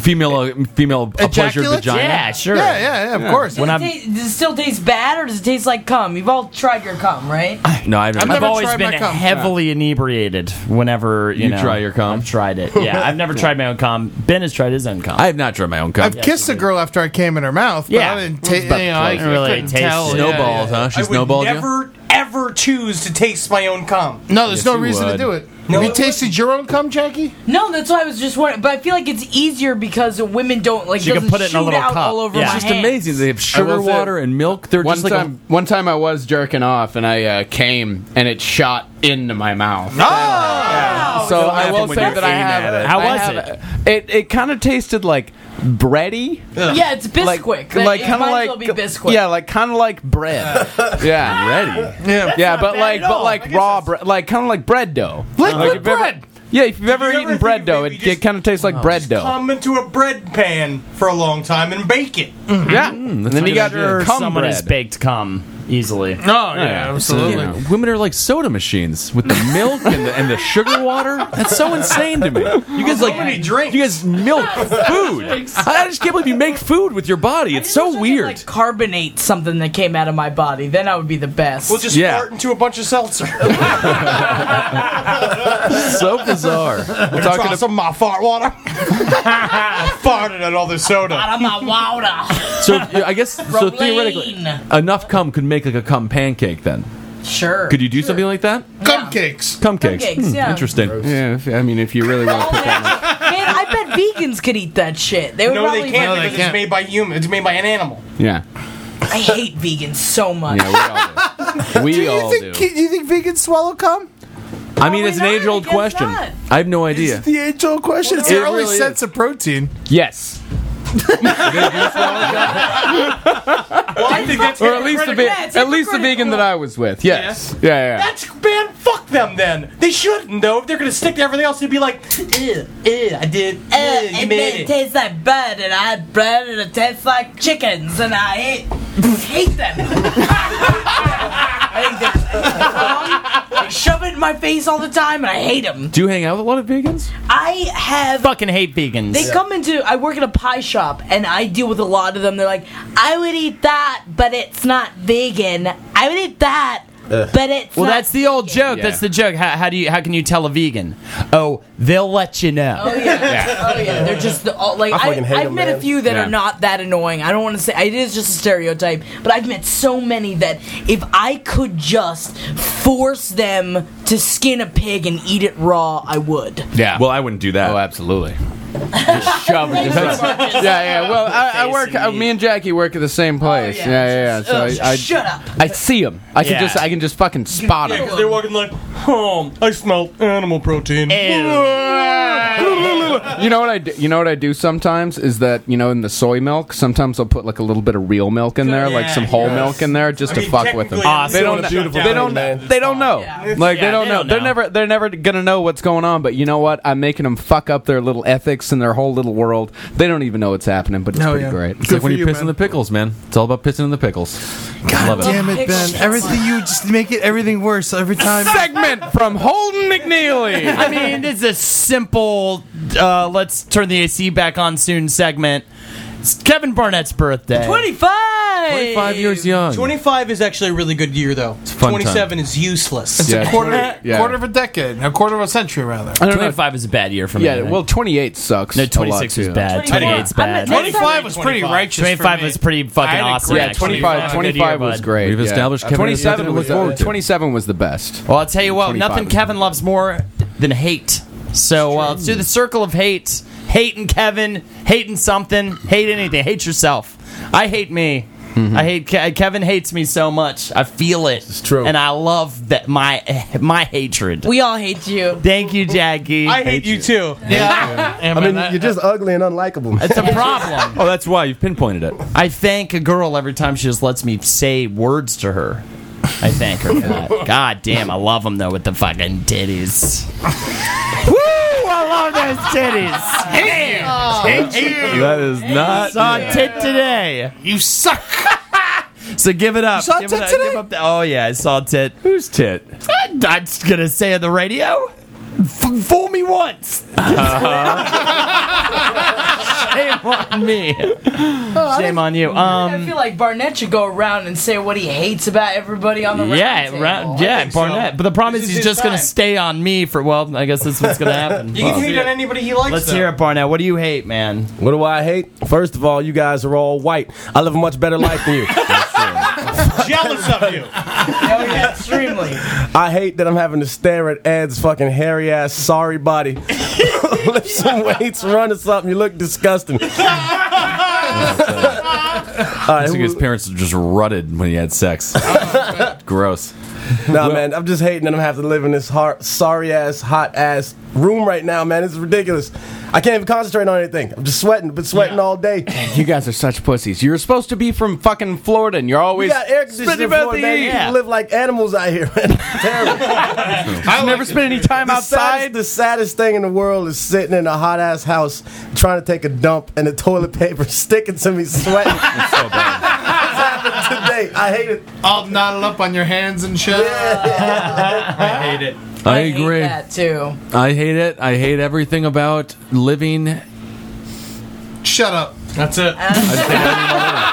[SPEAKER 10] female uh, female a pleasured
[SPEAKER 11] Ejaculates?
[SPEAKER 10] vagina?
[SPEAKER 12] yeah, sure.
[SPEAKER 11] Yeah, yeah, yeah, of course.
[SPEAKER 8] Does, it ta- does it still taste bad or does it taste like cum? You've all tried your cum, right?
[SPEAKER 10] No, I've never.
[SPEAKER 11] I've
[SPEAKER 12] I've
[SPEAKER 11] never
[SPEAKER 12] always
[SPEAKER 11] tried
[SPEAKER 12] been
[SPEAKER 11] my cum.
[SPEAKER 12] heavily inebriated whenever you,
[SPEAKER 10] You
[SPEAKER 12] know,
[SPEAKER 10] try your cum?
[SPEAKER 12] I've tried it. Yeah, I've never tried my own cum. Ben has tried his own cum.
[SPEAKER 10] I have not tried my own cum.
[SPEAKER 11] I've kissed a girl after I came in her mouth, but
[SPEAKER 12] Yeah.
[SPEAKER 11] I didn't ta- you know, I,
[SPEAKER 12] Didn't really
[SPEAKER 11] couldn't
[SPEAKER 12] taste
[SPEAKER 11] tell.
[SPEAKER 12] it.
[SPEAKER 11] Yeah, yeah.
[SPEAKER 10] snowballed, huh? She
[SPEAKER 7] I
[SPEAKER 10] snowballed
[SPEAKER 7] would
[SPEAKER 10] you.
[SPEAKER 7] never, ever choose to taste my own cum.
[SPEAKER 11] No, there's
[SPEAKER 10] Yes,
[SPEAKER 11] no
[SPEAKER 10] you
[SPEAKER 11] reason
[SPEAKER 10] would.
[SPEAKER 11] to do it.
[SPEAKER 7] No,
[SPEAKER 11] Have you
[SPEAKER 7] it
[SPEAKER 11] tasted your own cum, Jackie?
[SPEAKER 8] No, that's why I was just wondering. But I feel like it's easier because women don't like.
[SPEAKER 12] She can
[SPEAKER 8] doesn't
[SPEAKER 12] put it in a
[SPEAKER 8] shoot
[SPEAKER 12] little
[SPEAKER 8] out
[SPEAKER 12] cup.
[SPEAKER 8] all over
[SPEAKER 12] Yeah.
[SPEAKER 8] my
[SPEAKER 12] It's
[SPEAKER 10] It's
[SPEAKER 8] hands.
[SPEAKER 10] amazing. They have sugar
[SPEAKER 11] will say-
[SPEAKER 10] water and milk. They're
[SPEAKER 9] One
[SPEAKER 10] just like a-
[SPEAKER 9] time, one time I was jerking off, and I uh, came, and it shot into my mouth.
[SPEAKER 10] Ah!
[SPEAKER 9] So I will say that I have.
[SPEAKER 12] How
[SPEAKER 9] I
[SPEAKER 12] was
[SPEAKER 9] have-
[SPEAKER 12] it?
[SPEAKER 9] It it kind of tasted like bready.
[SPEAKER 8] Yeah, it's Bisquick.
[SPEAKER 9] like,
[SPEAKER 8] That-
[SPEAKER 9] like
[SPEAKER 8] it
[SPEAKER 9] kind of
[SPEAKER 8] might as
[SPEAKER 9] like
[SPEAKER 8] well be Bisquick.
[SPEAKER 9] yeah, like kind of like bread. yeah,
[SPEAKER 10] ready.
[SPEAKER 11] Yeah.
[SPEAKER 9] yeah, but like
[SPEAKER 12] at
[SPEAKER 9] but
[SPEAKER 12] all.
[SPEAKER 9] like raw bread, like kind of like bread dough.
[SPEAKER 11] Liquid
[SPEAKER 9] you've ever-
[SPEAKER 11] bread.
[SPEAKER 9] Yeah, if you've ever
[SPEAKER 7] you ever
[SPEAKER 9] eaten
[SPEAKER 7] think
[SPEAKER 9] bread
[SPEAKER 7] of
[SPEAKER 9] dough,
[SPEAKER 7] maybe
[SPEAKER 9] it,
[SPEAKER 7] just-
[SPEAKER 9] it kind of tastes like bread dough.
[SPEAKER 7] Come into a bread pan for a long time and bake it.
[SPEAKER 9] yeah, and then you got your cum
[SPEAKER 12] someone has
[SPEAKER 9] bread.
[SPEAKER 12] baked cum easily.
[SPEAKER 11] No, yeah,
[SPEAKER 10] You know, women are like soda machines with the milk and the, and the sugar water. That's so insane to me. You guys like
[SPEAKER 7] many drinks.
[SPEAKER 10] You guys milk food. I just can't believe you make food with your body. It's so weird.
[SPEAKER 8] like carbonate something that came out of my body. Then I would be the best.
[SPEAKER 7] We'll just
[SPEAKER 10] Yeah.
[SPEAKER 7] fart into a bunch of seltzer.
[SPEAKER 10] so bizarre.
[SPEAKER 7] We're talking about some of my fart water. I farted at all the soda.
[SPEAKER 8] I'm not wilder.
[SPEAKER 10] So yeah, I guess so
[SPEAKER 8] Romaine.
[SPEAKER 10] theoretically, enough cum could make like a cum pancake. Then
[SPEAKER 8] Sure.
[SPEAKER 10] could you do something like that?
[SPEAKER 11] Cum cakes.
[SPEAKER 10] Cum cakes. Hmm,
[SPEAKER 8] Cupcakes, yeah.
[SPEAKER 10] Interesting.
[SPEAKER 9] Yeah, if, I mean, if you really want to put that,
[SPEAKER 8] Oh, Man, I bet vegans could eat that shit. They would
[SPEAKER 7] No,
[SPEAKER 8] probably.
[SPEAKER 7] they can't
[SPEAKER 11] No, they
[SPEAKER 7] because
[SPEAKER 11] can't.
[SPEAKER 7] it's made by human. It's made by an animal.
[SPEAKER 9] in- yeah,
[SPEAKER 8] I hate vegans so much.
[SPEAKER 9] yeah, we all
[SPEAKER 11] Do
[SPEAKER 9] do. We
[SPEAKER 11] you
[SPEAKER 9] all
[SPEAKER 11] think,
[SPEAKER 9] do.
[SPEAKER 11] do you think vegans swallow cum?
[SPEAKER 10] I mean,
[SPEAKER 8] Probably
[SPEAKER 10] it's an
[SPEAKER 8] not,
[SPEAKER 10] age-old
[SPEAKER 8] I guess
[SPEAKER 10] question.
[SPEAKER 8] not.
[SPEAKER 10] I have no idea.
[SPEAKER 11] The age old question. It's
[SPEAKER 10] It
[SPEAKER 11] your only
[SPEAKER 10] really
[SPEAKER 11] sense of protein.
[SPEAKER 9] Yes,
[SPEAKER 7] I think that's
[SPEAKER 9] or at least the ve-
[SPEAKER 8] Yeah, it's
[SPEAKER 9] at least the
[SPEAKER 8] hypocritical.
[SPEAKER 9] vegan that I was with. Yes, yeah, yeah. yeah.
[SPEAKER 7] That's man, fuck them then. They shouldn't though. If they're gonna stick to everything else, they'd be like, ew, ew, I did, ew, you
[SPEAKER 8] Uh, and then
[SPEAKER 7] made
[SPEAKER 8] it
[SPEAKER 7] it.
[SPEAKER 8] tastes like bread, and I had bread, and it tastes like chickens, and I hate, hate them. I think that's wrong. They shove it in my face all the time, and I hate them.
[SPEAKER 10] Do you hang out with a lot of vegans?
[SPEAKER 8] I have.
[SPEAKER 12] Fucking hate vegans.
[SPEAKER 8] They come into. I work at a pie shop, and I deal with a lot of them. They're like, I would eat that, but it's not vegan. I would eat that, but it's
[SPEAKER 12] well,
[SPEAKER 8] not
[SPEAKER 12] that's the old joke.
[SPEAKER 9] Yeah.
[SPEAKER 12] That's the joke. How, how do you? How can you tell a vegan? Oh, they'll let you know.
[SPEAKER 8] Oh yeah. oh yeah, they're just the, all, like
[SPEAKER 5] I
[SPEAKER 8] I
[SPEAKER 5] fucking hate
[SPEAKER 8] have
[SPEAKER 5] them,
[SPEAKER 8] met
[SPEAKER 5] man.
[SPEAKER 8] a few that
[SPEAKER 9] Yeah.
[SPEAKER 8] are not that annoying. I don't want to say it is just a stereotype, but I've met so many that if I could just force them to skin a pig and eat it raw, I would.
[SPEAKER 9] yeah.
[SPEAKER 10] Well, I wouldn't do that.
[SPEAKER 9] Oh, absolutely. Just shove it. yeah, yeah. Well, I, I work. Uh, me and Jackie work at the same place.
[SPEAKER 8] yeah.
[SPEAKER 9] yeah, yeah, yeah.
[SPEAKER 8] Ugh,
[SPEAKER 9] So I, I
[SPEAKER 8] shut up.
[SPEAKER 9] I see them. I can
[SPEAKER 12] Yeah.
[SPEAKER 9] just. I can just fucking spot
[SPEAKER 7] Yeah,
[SPEAKER 9] them.
[SPEAKER 7] because they're walking like, oh, I smell animal protein.
[SPEAKER 9] You know what I do? You know what I do sometimes is that you know in the soy milk sometimes I'll put like a little bit of real milk in there, like
[SPEAKER 7] Yeah,
[SPEAKER 9] some whole
[SPEAKER 7] yes.
[SPEAKER 9] milk in there, just
[SPEAKER 7] I
[SPEAKER 9] to
[SPEAKER 7] mean,
[SPEAKER 9] fuck with them.
[SPEAKER 7] technically, I'm
[SPEAKER 9] they
[SPEAKER 7] still
[SPEAKER 9] don't.
[SPEAKER 7] a beautiful
[SPEAKER 9] They
[SPEAKER 7] thing,
[SPEAKER 9] don't.
[SPEAKER 5] man.
[SPEAKER 9] They don't know.
[SPEAKER 8] Yeah.
[SPEAKER 9] Like
[SPEAKER 12] Yeah,
[SPEAKER 9] they don't
[SPEAKER 12] they
[SPEAKER 9] know.
[SPEAKER 12] don't
[SPEAKER 9] They're
[SPEAKER 12] know.
[SPEAKER 9] never. They're never gonna know what's going on. But you know what? I'm making them fuck up their little ethics and their whole little world. They don't even know what's happening. But it's
[SPEAKER 11] Oh,
[SPEAKER 9] pretty
[SPEAKER 11] yeah.
[SPEAKER 9] great.
[SPEAKER 10] It's like
[SPEAKER 11] for
[SPEAKER 10] when you
[SPEAKER 11] you,
[SPEAKER 10] piss in
[SPEAKER 11] man.
[SPEAKER 10] the pickles, man. It's all about pissing in the pickles.
[SPEAKER 11] God
[SPEAKER 10] it.
[SPEAKER 11] damn it, Ben! Everything you just make it everything worse every time.
[SPEAKER 9] Segment from Holden McNeely.
[SPEAKER 12] I mean, it's a simple uh, "Let's turn the AC back on soon" segment. It's Kevin Barnett's birthday.
[SPEAKER 8] 25!
[SPEAKER 10] 25 years young.
[SPEAKER 7] 25 is actually a really good year, though.
[SPEAKER 10] fun
[SPEAKER 7] 27 is useless.
[SPEAKER 11] It's
[SPEAKER 9] Yeah,
[SPEAKER 11] a quarter,
[SPEAKER 9] 20 yeah.
[SPEAKER 11] quarter of a decade, a quarter of a century rather.
[SPEAKER 9] I don't know.
[SPEAKER 12] 25 is a bad year for me. I
[SPEAKER 9] Yeah,
[SPEAKER 12] think.
[SPEAKER 9] well, 28 sucks. a
[SPEAKER 12] no,
[SPEAKER 9] lot,
[SPEAKER 12] 26 is
[SPEAKER 9] too.
[SPEAKER 12] bad. 28 is
[SPEAKER 8] 24. I'm
[SPEAKER 12] bad.
[SPEAKER 8] at
[SPEAKER 11] Twenty-five was pretty
[SPEAKER 7] 25.
[SPEAKER 11] righteous. for
[SPEAKER 12] 25
[SPEAKER 11] me.
[SPEAKER 12] was pretty fucking
[SPEAKER 11] I had a
[SPEAKER 12] awesome.
[SPEAKER 11] great
[SPEAKER 9] Yeah,
[SPEAKER 12] actually.
[SPEAKER 9] 25,
[SPEAKER 12] Good year,
[SPEAKER 9] 25 was
[SPEAKER 12] bud.
[SPEAKER 9] great.
[SPEAKER 10] We've
[SPEAKER 9] yeah.
[SPEAKER 10] established
[SPEAKER 9] Uh,
[SPEAKER 10] Kevin is
[SPEAKER 9] 27 was,
[SPEAKER 10] definitely
[SPEAKER 9] well,
[SPEAKER 10] good too.
[SPEAKER 9] 27 was the best.
[SPEAKER 12] Well, I'll tell you what,
[SPEAKER 9] 25
[SPEAKER 12] nothing
[SPEAKER 9] was-
[SPEAKER 12] Kevin loves more than hate. So uh, let's do the circle of hate. Hating Kevin, hating something, hate anything, hate yourself. I hate me. I hate Ke- Kevin. Hates me so much. I feel it. It's
[SPEAKER 5] true.
[SPEAKER 12] and I love that my my hatred.
[SPEAKER 8] We all hate you.
[SPEAKER 12] Thank you, Jackie.
[SPEAKER 7] I hate you, too.
[SPEAKER 11] Yeah,
[SPEAKER 5] I mean,
[SPEAKER 11] that-
[SPEAKER 5] you're just ugly and unlikable.
[SPEAKER 12] it's a problem.
[SPEAKER 10] Oh, that's why you've pinpointed it.
[SPEAKER 12] I thank a girl every time she just lets me say words to her. I thank her for that. God damn, I love them though with the fucking titties. Woo! I love those titties.
[SPEAKER 10] That is
[SPEAKER 7] Uh,
[SPEAKER 10] not.
[SPEAKER 12] Saw a tit today.
[SPEAKER 11] you suck.
[SPEAKER 12] So give it up.
[SPEAKER 11] saw a
[SPEAKER 12] give
[SPEAKER 11] tit
[SPEAKER 12] it up,
[SPEAKER 11] today?
[SPEAKER 12] give up the- oh yeah, I saw a tit.
[SPEAKER 10] Who's tit?
[SPEAKER 9] Uh,
[SPEAKER 12] I'm not gonna say on the radio. F- fool me once.
[SPEAKER 7] Uh-huh.
[SPEAKER 12] Shame on me.
[SPEAKER 11] Oh,
[SPEAKER 12] Shame on you. Um.
[SPEAKER 8] I feel like Barnett should go around and say what he hates about everybody on the
[SPEAKER 12] Yeah,
[SPEAKER 8] round
[SPEAKER 12] ra-
[SPEAKER 8] table.
[SPEAKER 12] yeah,
[SPEAKER 7] Oh, think so.
[SPEAKER 12] Barnett. But the problem
[SPEAKER 7] This
[SPEAKER 12] is
[SPEAKER 7] is
[SPEAKER 12] he's
[SPEAKER 7] his
[SPEAKER 12] just going to
[SPEAKER 7] time.
[SPEAKER 12] stay on me for. Well, I guess that's what's going to happen.
[SPEAKER 7] You can hate on anybody he likes,
[SPEAKER 12] Let's
[SPEAKER 7] though.
[SPEAKER 12] hear it, Barnett. What do you hate, man?
[SPEAKER 5] What do I hate? First of all, you guys are all white. I live a much better life than you.
[SPEAKER 7] Jealous of you.
[SPEAKER 8] Oh, yeah, extremely.
[SPEAKER 5] I hate that I'm having to stare at Ed's fucking hairy ass sorry body. Lift some weights, run or something. You look disgusting. all
[SPEAKER 10] I
[SPEAKER 5] right,
[SPEAKER 10] think his
[SPEAKER 5] who,
[SPEAKER 10] parents just rutted when he had
[SPEAKER 12] Oh,
[SPEAKER 10] sex. Gross.
[SPEAKER 5] nah, man, I'm just hating that I'm having to live in this hard, sorry ass, hot ass room right now, man. It's ridiculous. I can't even concentrate on anything. I'm just sweating, been sweating all day.
[SPEAKER 9] You guys are such pussies. You're supposed to be from fucking Florida, and you're
[SPEAKER 5] We
[SPEAKER 9] always
[SPEAKER 5] got air conditioning
[SPEAKER 9] about
[SPEAKER 5] for
[SPEAKER 9] the
[SPEAKER 5] man.
[SPEAKER 9] heat.
[SPEAKER 5] People live like animals out here, man. It's terrible.
[SPEAKER 9] I never spend any time
[SPEAKER 5] The
[SPEAKER 9] outside.
[SPEAKER 5] Saddest, the saddest thing in the world is sitting in a hot ass house trying to take a dump and the toilet paper sticking to me, sweating. It's happened today. I hate it.
[SPEAKER 11] all knotted up on your hands and shit.
[SPEAKER 7] I hate it.
[SPEAKER 10] I
[SPEAKER 8] hate
[SPEAKER 10] agree.
[SPEAKER 8] that too.
[SPEAKER 10] I hate it. I hate everything about living.
[SPEAKER 11] Shut up.
[SPEAKER 7] That's it.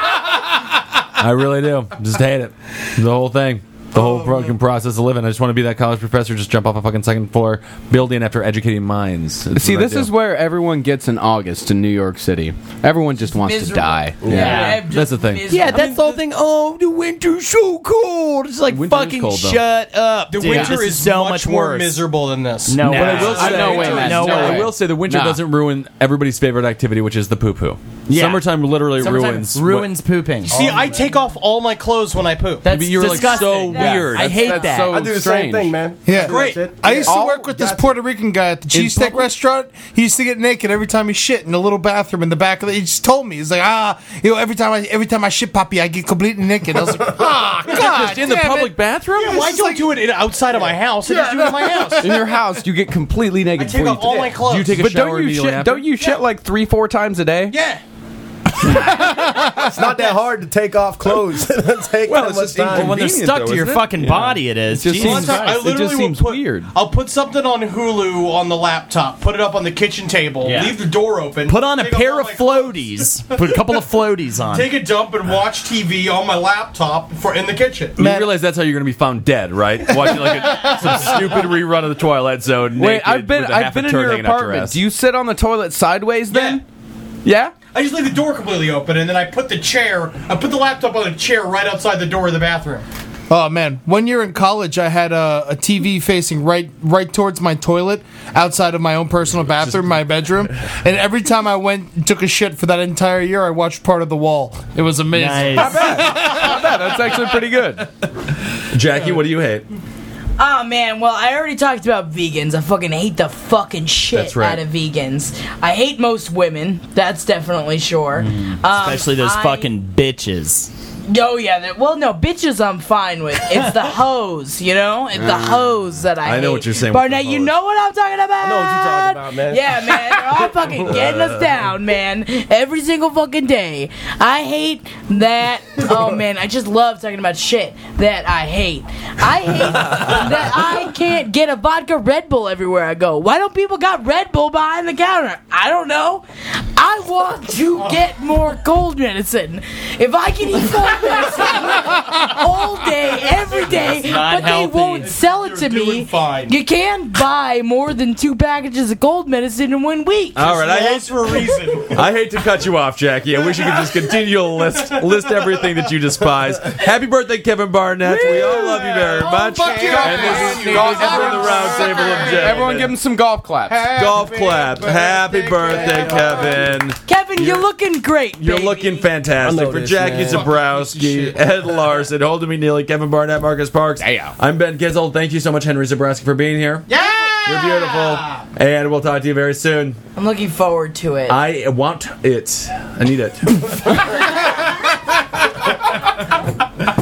[SPEAKER 10] I really do. Just hate it. The whole thing. The
[SPEAKER 12] Oh,
[SPEAKER 10] whole fucking process of living. I just want to be that college professor, just jump off a fucking second floor building after educating minds. It's
[SPEAKER 9] See,
[SPEAKER 10] what I
[SPEAKER 9] this
[SPEAKER 10] do.
[SPEAKER 9] is where everyone gets in August in New York City. Everyone just wants to
[SPEAKER 8] miserable.
[SPEAKER 9] die.
[SPEAKER 8] Yeah,
[SPEAKER 10] that's the thing.
[SPEAKER 12] Yeah, that's the whole thing. Oh, the winter's so cold. It's like
[SPEAKER 10] Winter is
[SPEAKER 12] fucking
[SPEAKER 10] cold, though.
[SPEAKER 12] shut up.
[SPEAKER 7] The
[SPEAKER 12] dude.
[SPEAKER 7] winter
[SPEAKER 12] This
[SPEAKER 7] is
[SPEAKER 12] so
[SPEAKER 7] much,
[SPEAKER 12] much
[SPEAKER 7] more
[SPEAKER 12] worse.
[SPEAKER 7] miserable than this.
[SPEAKER 12] No,
[SPEAKER 10] But I will
[SPEAKER 12] I
[SPEAKER 10] say,
[SPEAKER 9] no way, man.
[SPEAKER 12] No
[SPEAKER 9] No
[SPEAKER 12] way.
[SPEAKER 10] I will say the winter
[SPEAKER 9] Nah.
[SPEAKER 10] doesn't ruin everybody's favorite activity, which is the poo poo.
[SPEAKER 12] Yeah.
[SPEAKER 10] Summertime literally
[SPEAKER 12] Sometimes
[SPEAKER 10] ruins
[SPEAKER 12] ruins pooping.
[SPEAKER 7] See, I take off all my clothes when I poop.
[SPEAKER 12] That's
[SPEAKER 10] you're, like,
[SPEAKER 12] disgusting.
[SPEAKER 10] so weird.
[SPEAKER 12] I
[SPEAKER 10] That's-
[SPEAKER 12] hate
[SPEAKER 9] that's
[SPEAKER 12] that.
[SPEAKER 9] so-
[SPEAKER 5] I do the
[SPEAKER 9] Strange.
[SPEAKER 5] same thing, man.
[SPEAKER 11] Yeah.
[SPEAKER 7] Great.
[SPEAKER 11] I used to
[SPEAKER 5] All
[SPEAKER 11] work with this
[SPEAKER 5] got-
[SPEAKER 11] Puerto Rican guy at the cheesesteak restaurant. He used to get naked every time he shit in the little bathroom in the back of the. He just told me he's like, ah, you know, every time I every time I shit poppy, I get completely naked. I was like, ah, god,
[SPEAKER 10] in the
[SPEAKER 11] damn
[SPEAKER 10] public
[SPEAKER 11] it.
[SPEAKER 10] bathroom.
[SPEAKER 7] Well, I don't do it in- outside of my house. I just do it in my house.
[SPEAKER 9] In your house, you get completely
[SPEAKER 7] I
[SPEAKER 9] naked.
[SPEAKER 7] take
[SPEAKER 9] before
[SPEAKER 7] off all my clothes.
[SPEAKER 10] Do you take a
[SPEAKER 9] But
[SPEAKER 10] shower
[SPEAKER 9] don't you
[SPEAKER 10] immediately
[SPEAKER 9] shit?
[SPEAKER 10] after?
[SPEAKER 9] Don't you shit like three, four times a day?
[SPEAKER 7] yeah.
[SPEAKER 5] It's not that hard to take off clothes. it doesn't take
[SPEAKER 10] Well,
[SPEAKER 5] that
[SPEAKER 10] it's
[SPEAKER 5] much
[SPEAKER 10] just
[SPEAKER 5] time.
[SPEAKER 12] Well, when they're
[SPEAKER 10] Convenient,
[SPEAKER 12] stuck
[SPEAKER 10] though,
[SPEAKER 12] to your
[SPEAKER 10] isn't it?
[SPEAKER 12] fucking body, it is.
[SPEAKER 9] just
[SPEAKER 12] Jesus
[SPEAKER 9] seems-
[SPEAKER 12] Christ.
[SPEAKER 9] Christ, it
[SPEAKER 7] literally
[SPEAKER 9] just
[SPEAKER 7] will
[SPEAKER 9] seems
[SPEAKER 7] put-
[SPEAKER 9] weird.
[SPEAKER 7] I'll put something on Hulu on the laptop, put it up on the kitchen table,
[SPEAKER 12] Yeah.
[SPEAKER 7] leave the door open,
[SPEAKER 12] Put on a
[SPEAKER 7] take off
[SPEAKER 12] pair
[SPEAKER 7] all
[SPEAKER 12] of
[SPEAKER 7] my
[SPEAKER 12] floaties. Put a couple of floaties on.
[SPEAKER 7] Take a dump and watch TV on my laptop for in the kitchen.
[SPEAKER 10] You realize that's how you're going to be found dead, right? Watching like a, some stupid rerun of the Twilight Zone.
[SPEAKER 9] Wait,
[SPEAKER 10] naked
[SPEAKER 9] I've been
[SPEAKER 10] with a
[SPEAKER 9] I've
[SPEAKER 10] half
[SPEAKER 9] been
[SPEAKER 10] a
[SPEAKER 9] in
[SPEAKER 10] turd
[SPEAKER 9] your
[SPEAKER 10] hanging out
[SPEAKER 9] apartment.
[SPEAKER 10] ass.
[SPEAKER 9] do you sit on the toilet sideways then? Yeah.
[SPEAKER 7] I just leave the door completely open and then I put the chair, I put the laptop on a chair right outside the door of the bathroom.
[SPEAKER 11] Oh man, one year in college, I had a, a TV facing right right towards my toilet outside of my own personal bathroom, my bedroom, and every time I went and took a shit for that entire year, I watched part of the wall. It was amazing.
[SPEAKER 12] Nice.
[SPEAKER 9] Yeah, that's actually pretty good.
[SPEAKER 10] Jackie, what do you hate?
[SPEAKER 8] Oh man, well I already talked about vegans. I fucking hate the fucking shit
[SPEAKER 10] That's right.
[SPEAKER 8] out of vegans. I
[SPEAKER 10] Mm.
[SPEAKER 8] hate most women. That's definitely sure. Um,
[SPEAKER 12] Especially those
[SPEAKER 8] I-
[SPEAKER 12] fucking bitches.
[SPEAKER 8] Oh yeah, that, well no, bitches I'm fine with. It's the hoes, you know, it's the hoes that I.
[SPEAKER 1] I know what
[SPEAKER 8] hate.
[SPEAKER 1] you're saying with
[SPEAKER 8] Barnett.
[SPEAKER 1] the
[SPEAKER 8] You
[SPEAKER 1] hoes.
[SPEAKER 8] know what I'm talking about.
[SPEAKER 5] know what you're talking about, man.
[SPEAKER 8] Yeah, man, they're all fucking getting us down, man. Every single fucking day. I hate that. Oh man, I just love talking about shit that I hate. I hate that I can't get a vodka Red Bull everywhere I go. Why don't people got Red Bull behind the counter? I don't know. I want to get more cold medicine. If I can eat cold medicine all day, every day,
[SPEAKER 12] not
[SPEAKER 8] but
[SPEAKER 12] healthy.
[SPEAKER 8] they won't sell it to
[SPEAKER 7] You're doing
[SPEAKER 8] me,
[SPEAKER 7] fine.
[SPEAKER 8] you can buy more than two packages of cold medicine in one week.
[SPEAKER 10] All right, I hate,
[SPEAKER 7] Laws for a reason.
[SPEAKER 10] I hate to cut you off, Jackie. I wish you could just continue to list list everything that you despise. Happy birthday, Kevin Barnett. We all love you very much.
[SPEAKER 11] fuck you.
[SPEAKER 10] and this is
[SPEAKER 11] Golf
[SPEAKER 10] golf for the round
[SPEAKER 11] clap.
[SPEAKER 10] table of gentlemen.
[SPEAKER 9] Everyone give him some golf claps.
[SPEAKER 10] golf clap. Happy birthday, Kevin.
[SPEAKER 8] Kevin, you're, looking great.
[SPEAKER 10] You're
[SPEAKER 8] baby.
[SPEAKER 10] looking fantastic.
[SPEAKER 5] I know
[SPEAKER 10] For
[SPEAKER 5] this,
[SPEAKER 10] Jackie
[SPEAKER 5] man.
[SPEAKER 10] Zabrowski, Ed Larson, Holden McNeely, Kevin Barnett, Marcus Parks.
[SPEAKER 9] Damn.
[SPEAKER 10] I'm Ben Kizel. Thank you so much, Henry Zabrowski, for being here.
[SPEAKER 7] yeah.
[SPEAKER 10] You're beautiful. And we'll talk to you very soon.
[SPEAKER 8] I'm looking forward to it.
[SPEAKER 10] I want it. I need it.